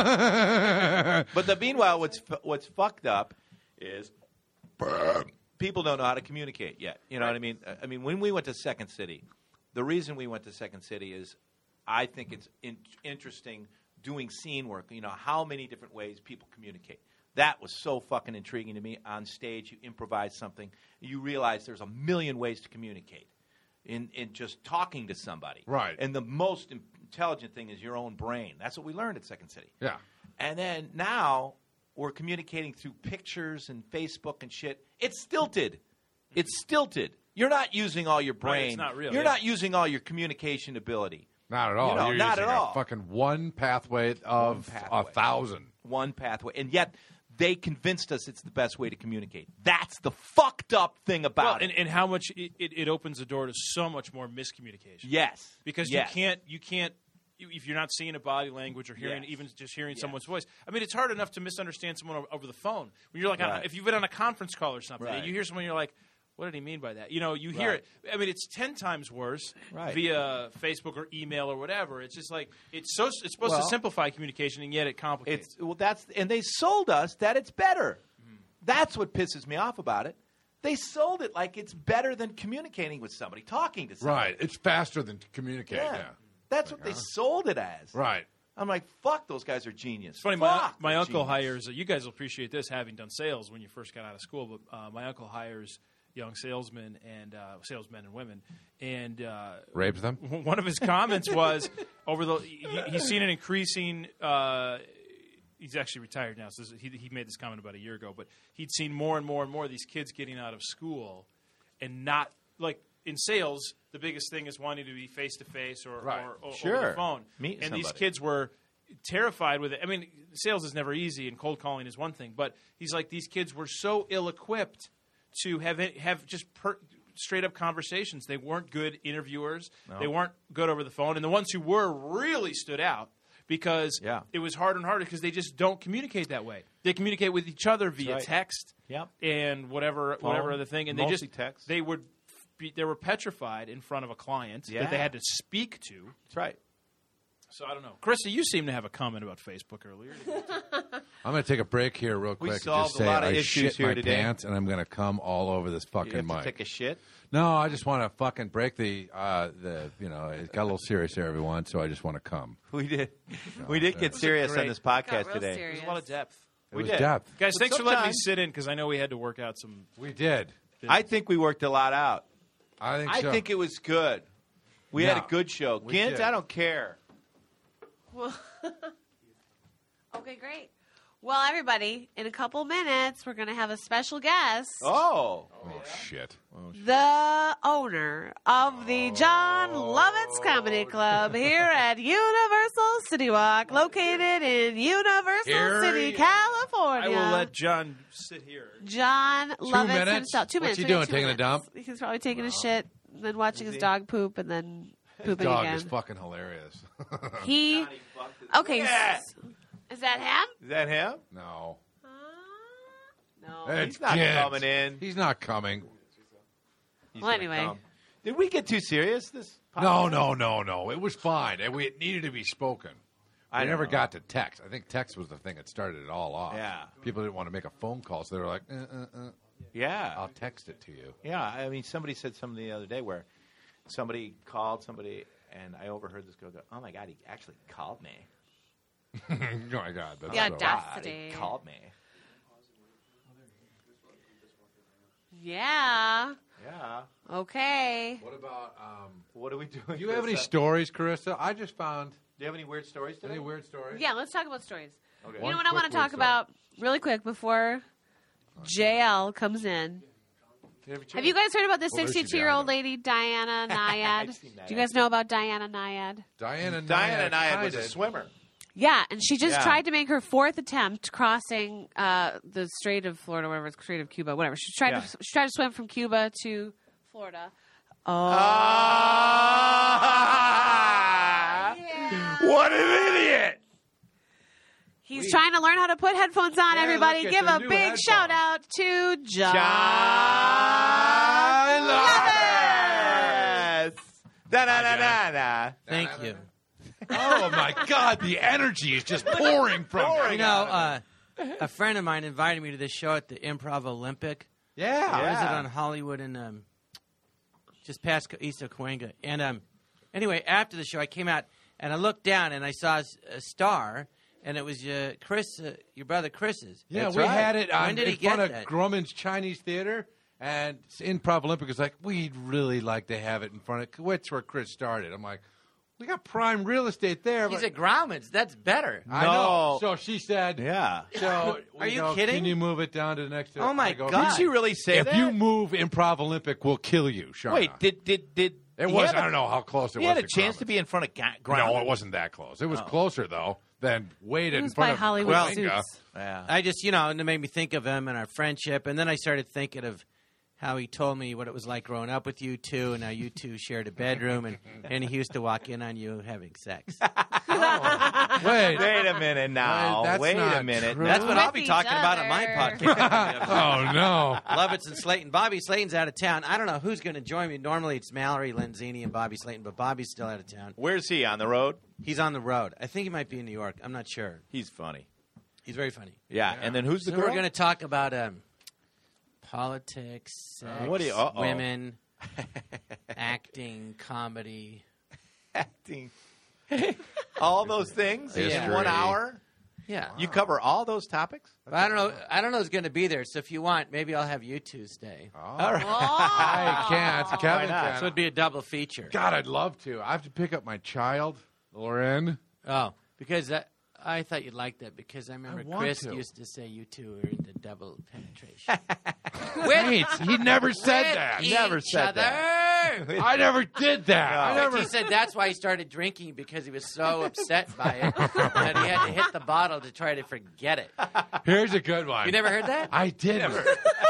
Speaker 3: But the meanwhile, what's fu- what's fucked up is people don't know how to communicate yet. You know what I mean? I- I mean, when we went to Second City, the reason we went to Second City is I think it's in- interesting doing scene work. You know how many different ways people communicate. That was so fucking intriguing to me. On stage, you improvise something, you realize there's a million ways to communicate. In, in just talking to somebody.
Speaker 2: Right.
Speaker 3: And the most in- intelligent thing is your own brain. That's what we learned at Second City.
Speaker 2: yeah.
Speaker 3: And then now we're communicating through pictures and Facebook and shit. It's stilted. It's stilted. You're not using all your brain.
Speaker 5: it's not real,
Speaker 3: You're
Speaker 5: yeah.
Speaker 3: not using all your communication ability.
Speaker 2: Not at all.
Speaker 3: You know,
Speaker 2: are
Speaker 3: not at all.
Speaker 2: Fucking one pathway of
Speaker 3: pathway.
Speaker 2: a thousand.
Speaker 3: One pathway. And yet they convinced us it's the best way to communicate. That's the fucked up thing
Speaker 5: Well,
Speaker 3: about
Speaker 5: and,
Speaker 3: it.
Speaker 5: and how much it, it, it opens the door to so much more miscommunication.
Speaker 3: Yes.
Speaker 5: because
Speaker 3: Yes.
Speaker 5: you can't you can't you- if you're not seeing a body language or hearing
Speaker 3: Yes.
Speaker 5: even just hearing
Speaker 3: Yes.
Speaker 5: someone's voice. I mean, it's hard enough to misunderstand someone o- over the phone when you're like on-
Speaker 3: Right.
Speaker 5: if you've been on a conference call or something
Speaker 3: Right.
Speaker 5: and you hear someone, you're like. What did he mean by that? You know, you hear
Speaker 3: Right.
Speaker 5: it. I mean, it's ten times worse
Speaker 3: Right.
Speaker 5: via Facebook or email or whatever. It's just like it's so it's supposed
Speaker 3: Well-
Speaker 5: to simplify communication, and yet it complicates.
Speaker 3: It's well, that's and they sold us that it's better.
Speaker 5: Mm-hmm.
Speaker 3: That's what pisses me off about it. They sold it like it's better than communicating with somebody, talking to somebody.
Speaker 2: Right. It's faster than to communicate.
Speaker 3: Yeah.
Speaker 2: Yeah.
Speaker 3: That's what they sold it as.
Speaker 2: Right.
Speaker 3: I'm like, fuck, those guys are genius.
Speaker 5: It's funny. My,
Speaker 3: Fuck,
Speaker 5: my
Speaker 3: they're
Speaker 5: uncle
Speaker 3: genius.
Speaker 5: hires. You guys will appreciate this, having done sales when you first got out of school. But uh, my uncle hires young salesmen and uh, salesmen and women, and uh,
Speaker 2: Rapes them.
Speaker 5: w- one of his comments was over the. He, he's seen an increasing. Uh, he's actually retired now, so this, he, he made this comment about a year ago. But he'd seen more and more and more of these kids getting out of school, and not like in sales. The biggest thing is wanting to be face to face or
Speaker 2: Right.
Speaker 5: or, or over
Speaker 3: Sure.
Speaker 5: the phone.
Speaker 3: Meet
Speaker 5: and these
Speaker 3: somebody.
Speaker 5: kids kids were terrified with it. I mean, sales is never easy, and cold calling is one thing. But he's like, these kids were so ill-equipped to have it, have just per, straight up conversations. They weren't good interviewers. They weren't good over the phone, and the ones who were really stood out because
Speaker 3: Yeah.
Speaker 5: it was harder and harder because they just don't communicate that way. They communicate with each other via
Speaker 3: right.
Speaker 5: text,
Speaker 3: Yep.
Speaker 5: and whatever whatever other thing, and they
Speaker 3: mostly
Speaker 5: just
Speaker 3: text.
Speaker 5: they would. Be, they were petrified in front of a client that
Speaker 3: Yeah.
Speaker 5: they had to speak to.
Speaker 3: That's right.
Speaker 5: So I don't know. Chrissy, you seem to have a comment about Facebook earlier.
Speaker 2: I'm going to take a break here real
Speaker 3: We
Speaker 2: quick and
Speaker 3: solved
Speaker 2: just
Speaker 3: a
Speaker 2: say
Speaker 3: lot of
Speaker 2: I
Speaker 3: issues
Speaker 2: shit
Speaker 3: here
Speaker 2: my
Speaker 3: today.
Speaker 2: pants and I'm going to come all over this
Speaker 3: You
Speaker 2: fucking
Speaker 3: have
Speaker 2: mic.
Speaker 3: to take a shit.
Speaker 2: no, I just want to fucking break the uh, the you know it got a little serious here everyone, so I just want to come.
Speaker 3: We did. we did get
Speaker 2: was a
Speaker 3: serious on
Speaker 5: great-
Speaker 3: this
Speaker 4: Got
Speaker 3: podcast
Speaker 4: real
Speaker 3: today.
Speaker 4: serious.
Speaker 5: There's a lot of depth.
Speaker 2: It
Speaker 3: We
Speaker 2: was
Speaker 3: did.
Speaker 2: depth.
Speaker 5: Guys,
Speaker 3: But
Speaker 5: thanks for letting me
Speaker 3: sometimes-
Speaker 5: sit in because I know we had to work out some.
Speaker 2: We did.
Speaker 3: I think we worked a lot out.
Speaker 2: I think
Speaker 3: I
Speaker 2: so.
Speaker 3: think it was good. We had
Speaker 2: Yeah.
Speaker 3: a good show.
Speaker 2: We
Speaker 3: Gint,
Speaker 2: did.
Speaker 3: I don't care.
Speaker 4: Well, okay, great. Well, everybody, in a couple minutes, we're going to have a special guest.
Speaker 3: Oh,
Speaker 2: oh shit.
Speaker 4: The owner of the John Lovitz Comedy Club here at Universal City Walk, located in Universal
Speaker 2: Here
Speaker 4: City,
Speaker 2: he is.
Speaker 5: I
Speaker 4: California.
Speaker 5: will let John sit here.
Speaker 4: John Lovitz
Speaker 2: minutes?
Speaker 4: himself. Two
Speaker 2: What's
Speaker 4: minutes.
Speaker 2: he
Speaker 4: we got
Speaker 2: doing,
Speaker 4: two
Speaker 2: taking a
Speaker 4: minutes.
Speaker 2: dump?
Speaker 4: He's probably taking a shit, then watching his dog poop, and then pooping
Speaker 2: Dog
Speaker 4: again.
Speaker 2: is fucking hilarious.
Speaker 4: he. Okay. s- Is that him?
Speaker 3: is that him?
Speaker 2: no.
Speaker 3: Uh,
Speaker 4: No.
Speaker 2: It's
Speaker 3: Oh, He's not
Speaker 2: Gint.
Speaker 3: coming in.
Speaker 2: He's not coming.
Speaker 3: He's
Speaker 4: Well,
Speaker 3: gonna
Speaker 4: anyway.
Speaker 3: come. did we get too serious? This podcast?
Speaker 2: No, no, no, no. It was fine. It, we, it needed to be spoken. I
Speaker 3: I
Speaker 2: never
Speaker 3: know.
Speaker 2: got to text. I think text was the thing that started it all off.
Speaker 3: Yeah.
Speaker 2: People didn't want to make a phone call, so they were like, uh, uh, uh,
Speaker 3: Yeah,
Speaker 2: I'll text it to you.
Speaker 3: yeah. I mean, somebody said something the other day where somebody called somebody, and I overheard this girl go, "Oh my god, he actually called me."
Speaker 2: oh, my God. That's
Speaker 4: Yeah,
Speaker 2: so-
Speaker 4: da-
Speaker 3: God, he
Speaker 4: Audacity.
Speaker 3: called me.
Speaker 4: Yeah.
Speaker 3: Yeah.
Speaker 4: Okay.
Speaker 2: What about, um,
Speaker 3: What are we doing?
Speaker 2: do you have any
Speaker 3: Krista?
Speaker 2: stories, Carissa? I just found
Speaker 3: Do you have any weird stories today?
Speaker 2: Any weird stories?
Speaker 4: Yeah, let's talk about stories.
Speaker 3: Okay.
Speaker 4: You
Speaker 2: One
Speaker 4: know what I
Speaker 2: quick
Speaker 4: want to talk
Speaker 2: word
Speaker 4: about really quick before JL comes in. Have you guys heard about this
Speaker 2: Well, there's your
Speaker 4: 62 year old
Speaker 2: Diana.
Speaker 4: lady, Diana
Speaker 3: I've
Speaker 4: Nyad?
Speaker 3: seen
Speaker 4: Do you
Speaker 3: Nyad.
Speaker 4: guys know about Diana Nyad?
Speaker 2: Diana Nyad.
Speaker 3: Diana Nyad was a
Speaker 2: Hyden.
Speaker 3: swimmer.
Speaker 4: Yeah, and she just
Speaker 3: Yeah.
Speaker 4: tried to make her fourth attempt crossing uh, the Strait of Florida, whatever it's Strait of Cuba, whatever. She tried
Speaker 3: Yeah.
Speaker 4: to she tried to swim from Cuba to Florida.
Speaker 3: Ah! What an idiot!
Speaker 4: He's trying to learn how to put headphones on.
Speaker 2: Yeah,
Speaker 4: Everybody,
Speaker 2: look at
Speaker 4: give
Speaker 2: the
Speaker 4: a
Speaker 2: new
Speaker 4: big
Speaker 2: headphones.
Speaker 4: shout out to John.
Speaker 3: John
Speaker 4: Lovers.
Speaker 3: Lovers. Da da da da da.
Speaker 6: Thank you.
Speaker 2: Oh my God! The energy is just pouring from. her.
Speaker 6: You know, uh, a friend of mine invited me to this show at the Improv Olympic.
Speaker 2: Yeah.
Speaker 6: Or is it
Speaker 3: Yeah.
Speaker 6: on Hollywood and um, just past Co- east of Coenga? And um, anyway, after the show, I came out and I looked down and I saw s- a star, and it was uh, Chris, uh, your brother Chris's.
Speaker 2: Yeah,
Speaker 3: That's
Speaker 2: we
Speaker 3: right.
Speaker 2: had it on,
Speaker 6: When did
Speaker 2: in
Speaker 6: he get
Speaker 2: front of
Speaker 6: that?
Speaker 2: Grumman's Chinese Theater, and Improv Olympic was like, we'd really like to have it in front of which where Chris started. I'm like, we got prime real estate there.
Speaker 6: He's
Speaker 2: but-
Speaker 6: at Grauman's. That's better.
Speaker 2: I know.
Speaker 3: No.
Speaker 2: So she said,
Speaker 3: Yeah.
Speaker 2: So
Speaker 6: Are
Speaker 2: we
Speaker 6: you
Speaker 2: go,
Speaker 6: kidding?
Speaker 2: Can you move it down to the next?
Speaker 6: Oh, my
Speaker 2: I go,
Speaker 6: God.
Speaker 3: Did she really say
Speaker 2: If
Speaker 3: that?
Speaker 2: you move Improv Olympic, we'll kill you, Shauna.
Speaker 3: wait, did did did
Speaker 2: it
Speaker 3: he
Speaker 2: was?
Speaker 3: had a-
Speaker 2: I don't know how close it
Speaker 3: He
Speaker 2: was.
Speaker 3: had a chance to be in front of Ga- Grauman.
Speaker 2: Grumman. No, it wasn't that close. It was closer though than waited
Speaker 4: It
Speaker 2: in
Speaker 4: was
Speaker 2: front
Speaker 4: by
Speaker 2: of
Speaker 4: Hollywood
Speaker 2: Kalinga.
Speaker 4: Suits.
Speaker 3: Yeah.
Speaker 6: I just, you know, and it made me think of him and our friendship. And then I started thinking of how he told me what it was like growing up with you two, and how you two shared a bedroom, and, and he used to walk in on you having sex.
Speaker 2: Wait,
Speaker 3: Wait a minute now.
Speaker 2: Wait, that's
Speaker 3: Wait a
Speaker 2: not
Speaker 3: minute.
Speaker 2: true.
Speaker 6: That's what I'll
Speaker 4: With
Speaker 6: be
Speaker 4: each
Speaker 6: talking about on my
Speaker 4: other.
Speaker 6: podcast.
Speaker 2: oh no.
Speaker 6: Lovitz and Slayton. Bobby Slayton's out of town. I don't know who's going to join me. Normally it's Mallory, Lenzini, and Bobby Slayton, but Bobby's still out of town.
Speaker 3: Where's he on the road?
Speaker 6: He's on the road. I think he might be in New York. I'm not sure.
Speaker 3: He's funny.
Speaker 6: He's very funny.
Speaker 3: Yeah. And then who's the
Speaker 6: So
Speaker 3: girl?
Speaker 6: we're going to talk about um, politics, sex,
Speaker 3: What do you- uh-oh.
Speaker 6: women, acting, comedy.
Speaker 3: acting. all those things in
Speaker 6: History.
Speaker 3: one hour.
Speaker 6: Yeah,
Speaker 3: You cover all those topics.
Speaker 6: But I don't know. I don't know who's going to be there. So if you want, maybe I'll have you two stay.
Speaker 2: All right.
Speaker 4: Oh.
Speaker 2: I can't. Kevin
Speaker 3: not?
Speaker 2: can.
Speaker 6: So it'd be a double feature.
Speaker 2: God, I'd love to. I have to pick up my child, Lauren.
Speaker 6: Oh, because that, I thought you'd like that because I remember
Speaker 2: want
Speaker 6: Chris
Speaker 2: to.
Speaker 6: used to say you two are into double penetration.
Speaker 2: Wait, he never said that.
Speaker 6: Each
Speaker 3: Never said
Speaker 6: other.
Speaker 2: I never did that. I
Speaker 6: But
Speaker 2: never.
Speaker 6: He said that's why he started drinking because he was so upset by it that he had to hit the bottle to try to forget it.
Speaker 2: Here's a good one.
Speaker 6: You never heard that?
Speaker 2: I did.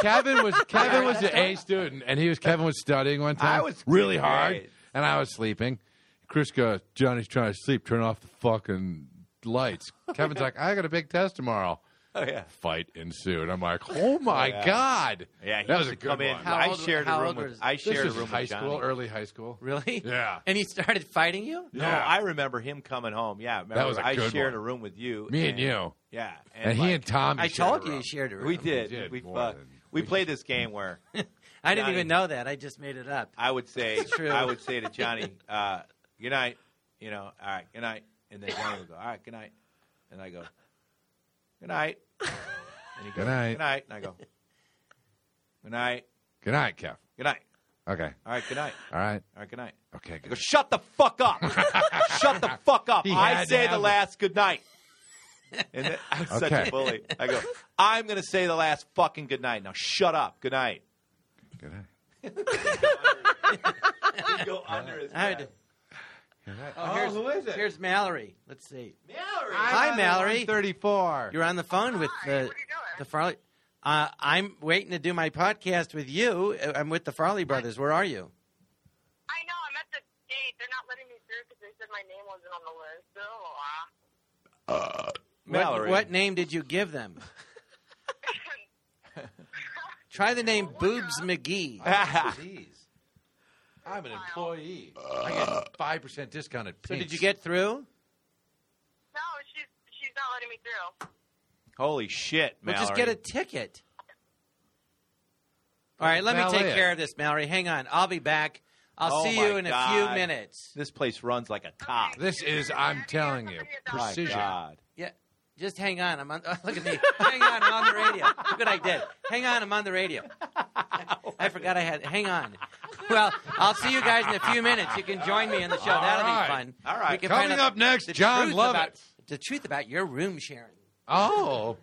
Speaker 2: Kevin was Kevin was an A student, and he was Kevin was studying one time.
Speaker 3: I was
Speaker 2: really
Speaker 3: great.
Speaker 2: hard, and I was sleeping. Chris goes, "Johnny's trying to sleep. Turn off the fucking lights." Kevin's like, "I got a big test tomorrow."
Speaker 3: Oh yeah.
Speaker 2: Fight ensued. I'm like, "Oh my
Speaker 3: Yeah.
Speaker 2: god!"
Speaker 3: Yeah, he
Speaker 2: that
Speaker 3: used
Speaker 2: was a
Speaker 3: to
Speaker 2: good
Speaker 3: come in.
Speaker 2: one.
Speaker 6: How
Speaker 3: I
Speaker 6: old-
Speaker 3: shared
Speaker 6: how
Speaker 3: a room
Speaker 6: old
Speaker 3: with.
Speaker 6: was-
Speaker 3: I
Speaker 2: This
Speaker 3: shared a
Speaker 2: was
Speaker 3: room
Speaker 2: high
Speaker 3: with Johnny.
Speaker 2: school, early high school.
Speaker 6: Really?
Speaker 2: Yeah.
Speaker 6: And he started fighting you?
Speaker 3: No,
Speaker 2: Yeah.
Speaker 3: I remember him coming home. Yeah, remember,
Speaker 2: That was a
Speaker 3: I
Speaker 2: good one.
Speaker 3: shared a room with you.
Speaker 2: Me and you.
Speaker 3: Yeah,
Speaker 2: And, he
Speaker 3: like,
Speaker 2: and Tommy.
Speaker 6: I
Speaker 2: shared a
Speaker 6: told you
Speaker 2: room.
Speaker 6: he shared a room.
Speaker 3: We did.
Speaker 2: did
Speaker 3: We
Speaker 2: more
Speaker 3: uh,
Speaker 2: than-
Speaker 3: we played this game where
Speaker 6: I didn't
Speaker 3: Johnny.
Speaker 6: even know that. I just made it up.
Speaker 3: I would say
Speaker 6: true.
Speaker 3: I would say to Johnny, uh, "Good night," you know, all right, good night, and then Johnny would go, "All right, good night," and I go, "Good night," and he goes,
Speaker 2: Good night.
Speaker 3: good night," and I go, "Good night,
Speaker 2: Good night, Kev.
Speaker 3: good night,
Speaker 2: Okay.
Speaker 3: all right, good night,
Speaker 2: All right.
Speaker 3: all right, good night."
Speaker 2: Okay.
Speaker 3: I go, "Shut the fuck up! Shut the fuck up!
Speaker 2: He
Speaker 3: I
Speaker 2: had to
Speaker 3: say
Speaker 2: have
Speaker 3: the
Speaker 2: it.
Speaker 3: last good night." And then, I'm such
Speaker 2: Okay.
Speaker 3: a bully. I go, "I'm gonna say the last fucking good night now. Shut up, good night."
Speaker 2: Good night.
Speaker 3: You go under his
Speaker 6: I
Speaker 3: bed.
Speaker 6: did.
Speaker 2: Good night.
Speaker 6: Oh, here's, who is it? Here's Mallory. Let's see.
Speaker 3: Mallory.
Speaker 6: Hi, Mallory.
Speaker 2: Thirty-four.
Speaker 6: You're on the phone with the the Farley. Uh, I'm waiting to do my podcast with you. Uh, I'm with the Farley brothers. Where are you?
Speaker 7: I know. I'm at the gate. They're not letting me through because they said my name wasn't on the list. Ugh.
Speaker 6: What-
Speaker 3: Mallory.
Speaker 6: What, name did you give them? Try the name Boobs McGee.
Speaker 2: I'm an employee. I get five percent discount at
Speaker 6: So
Speaker 2: Pink's.
Speaker 6: did you get through?
Speaker 7: No, she's she's not letting me through.
Speaker 3: Holy shit,
Speaker 6: We'll
Speaker 3: Mallory.
Speaker 6: just get a ticket. All right, let me
Speaker 2: Mallory.
Speaker 6: take care of this, Mallory. Hang on. I'll be back. I'll
Speaker 3: Oh
Speaker 6: see
Speaker 3: my
Speaker 6: you in a
Speaker 3: God.
Speaker 6: few minutes.
Speaker 3: This place runs like a
Speaker 7: Oh
Speaker 3: top.
Speaker 2: Ah, This is, I'm telling you,
Speaker 3: My
Speaker 2: precision.
Speaker 3: God.
Speaker 6: Yeah. Just hang on. I'm on. oh, look at me. Hang on. I'm on the radio. Look what I did. Hang on. I'm on the radio. I forgot I had. Hang on. well, I'll see you guys in a few minutes. You can join me in the show.
Speaker 2: All
Speaker 6: That'll
Speaker 2: right.
Speaker 6: be fun.
Speaker 3: All right.
Speaker 6: We can
Speaker 2: Coming
Speaker 6: find out
Speaker 2: up next,
Speaker 6: the
Speaker 2: John
Speaker 6: truth
Speaker 2: Lovett.
Speaker 6: about- The truth about your room sharing.
Speaker 2: Oh,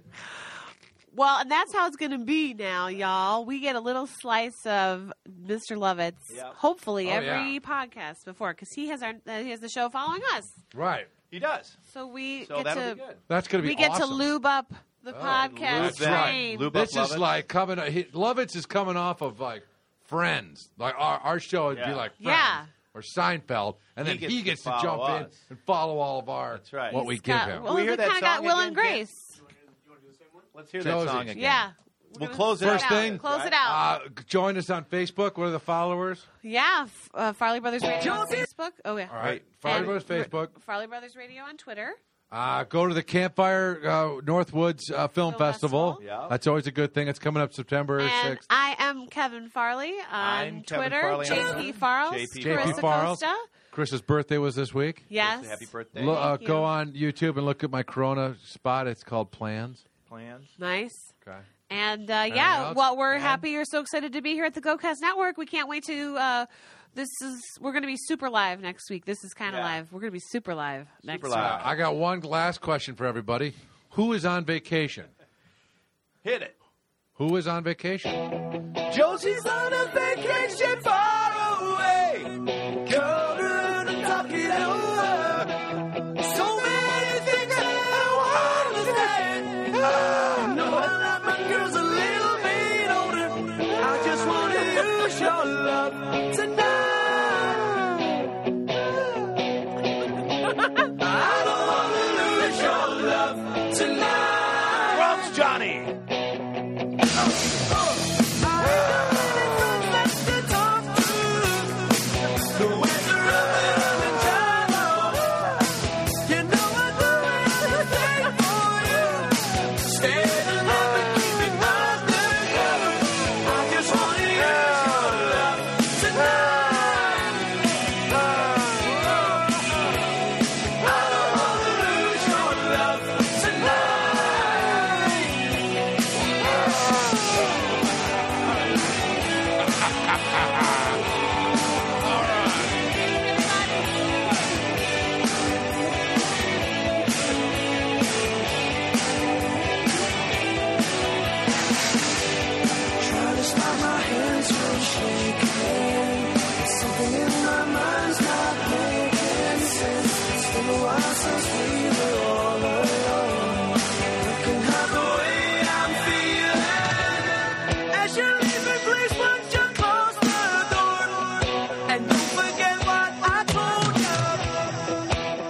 Speaker 4: Well, and that's how it's going to be now, y'all. We get a little slice of Mr. Lovett's,
Speaker 3: Yep.
Speaker 4: hopefully,
Speaker 2: Oh,
Speaker 4: every
Speaker 2: yeah.
Speaker 4: podcast before because he has our uh, he has the show following us,
Speaker 2: right.
Speaker 3: He does.
Speaker 4: so we
Speaker 3: So
Speaker 4: get
Speaker 3: that'll
Speaker 4: to
Speaker 3: be good.
Speaker 2: That's going to be
Speaker 4: we get
Speaker 2: awesome.
Speaker 4: to lube up the
Speaker 3: Oh, Lube
Speaker 4: podcast
Speaker 2: That's right.
Speaker 4: train.
Speaker 3: Lube
Speaker 2: This
Speaker 3: up
Speaker 2: is
Speaker 3: Lovitz.
Speaker 2: like coming. He, Lovitz is coming off of like Friends. Like our our show would be
Speaker 3: Yeah.
Speaker 2: like Friends
Speaker 4: Yeah.
Speaker 2: or Seinfeld, and
Speaker 3: He
Speaker 2: then
Speaker 3: gets
Speaker 2: he
Speaker 3: to
Speaker 2: gets to,
Speaker 3: follow
Speaker 2: jump in
Speaker 3: us.
Speaker 2: and follow all of our
Speaker 3: That's right.
Speaker 2: what we give
Speaker 4: Got-
Speaker 2: him.
Speaker 4: Well,
Speaker 3: We
Speaker 4: we
Speaker 3: hear that
Speaker 4: kind of got
Speaker 3: song
Speaker 4: Will
Speaker 3: again,
Speaker 4: and
Speaker 3: Jen?
Speaker 4: Grace.
Speaker 3: Let's hear
Speaker 2: Josie.
Speaker 3: that song again.
Speaker 4: Yeah. We're
Speaker 3: We'll
Speaker 4: gonna
Speaker 3: close it
Speaker 2: First
Speaker 3: out.
Speaker 2: thing-
Speaker 4: Close
Speaker 3: Right?
Speaker 4: it out.
Speaker 2: Uh, g- join us on Facebook. What are the followers?
Speaker 4: yeah. F- uh, Farley Brothers Radio on Facebook. Oh, yeah.
Speaker 2: All right,
Speaker 3: Right.
Speaker 2: follow
Speaker 4: And-
Speaker 2: us on Facebook.
Speaker 4: Farley Brothers Radio on Twitter.
Speaker 2: Uh, go to the Campfire uh, Northwoods uh, Film,
Speaker 4: Film
Speaker 2: Festival.
Speaker 4: Festival.
Speaker 3: Yeah.
Speaker 2: That's always a good thing. It's coming up September
Speaker 4: And
Speaker 2: 6th.
Speaker 4: I am Kevin Farley on
Speaker 3: I'm Kevin
Speaker 4: Twitter.
Speaker 3: Farley on
Speaker 4: JP
Speaker 3: Twitter.
Speaker 4: Farles.
Speaker 3: JP
Speaker 4: Carissa
Speaker 2: Farles. Farles.
Speaker 4: Costa.
Speaker 2: Chris's birthday was this week.
Speaker 4: Yes.
Speaker 3: Happy birthday.
Speaker 2: Lo- uh,
Speaker 4: Thank
Speaker 2: go
Speaker 4: you.
Speaker 2: on YouTube and look at my Corona spot. It's called Plans.
Speaker 3: Plans.
Speaker 4: Nice.
Speaker 2: Okay.
Speaker 4: And uh, yeah,
Speaker 2: else?
Speaker 4: well, we're happy you're so excited to be here at the GoCast Network. We can't wait to. Uh, this is we're going to be super live next week. This is kind of
Speaker 3: Yeah.
Speaker 4: live. We're going to be super live next
Speaker 3: Super
Speaker 4: week.
Speaker 3: live.
Speaker 2: Uh, I got one last question for everybody. Who is on vacation?
Speaker 3: Hit it.
Speaker 2: Who is on vacation?
Speaker 3: Josie's on a vacation far away.
Speaker 1: Come around and talk it over. So many things that I want to say. Ah, you know I love my girls a little bit older. I just want to use your love tonight. I don't want to lose your love tonight.
Speaker 3: Drums, Johnny.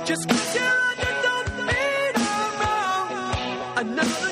Speaker 1: Just cause you're under, don't mean I'm wrong. Another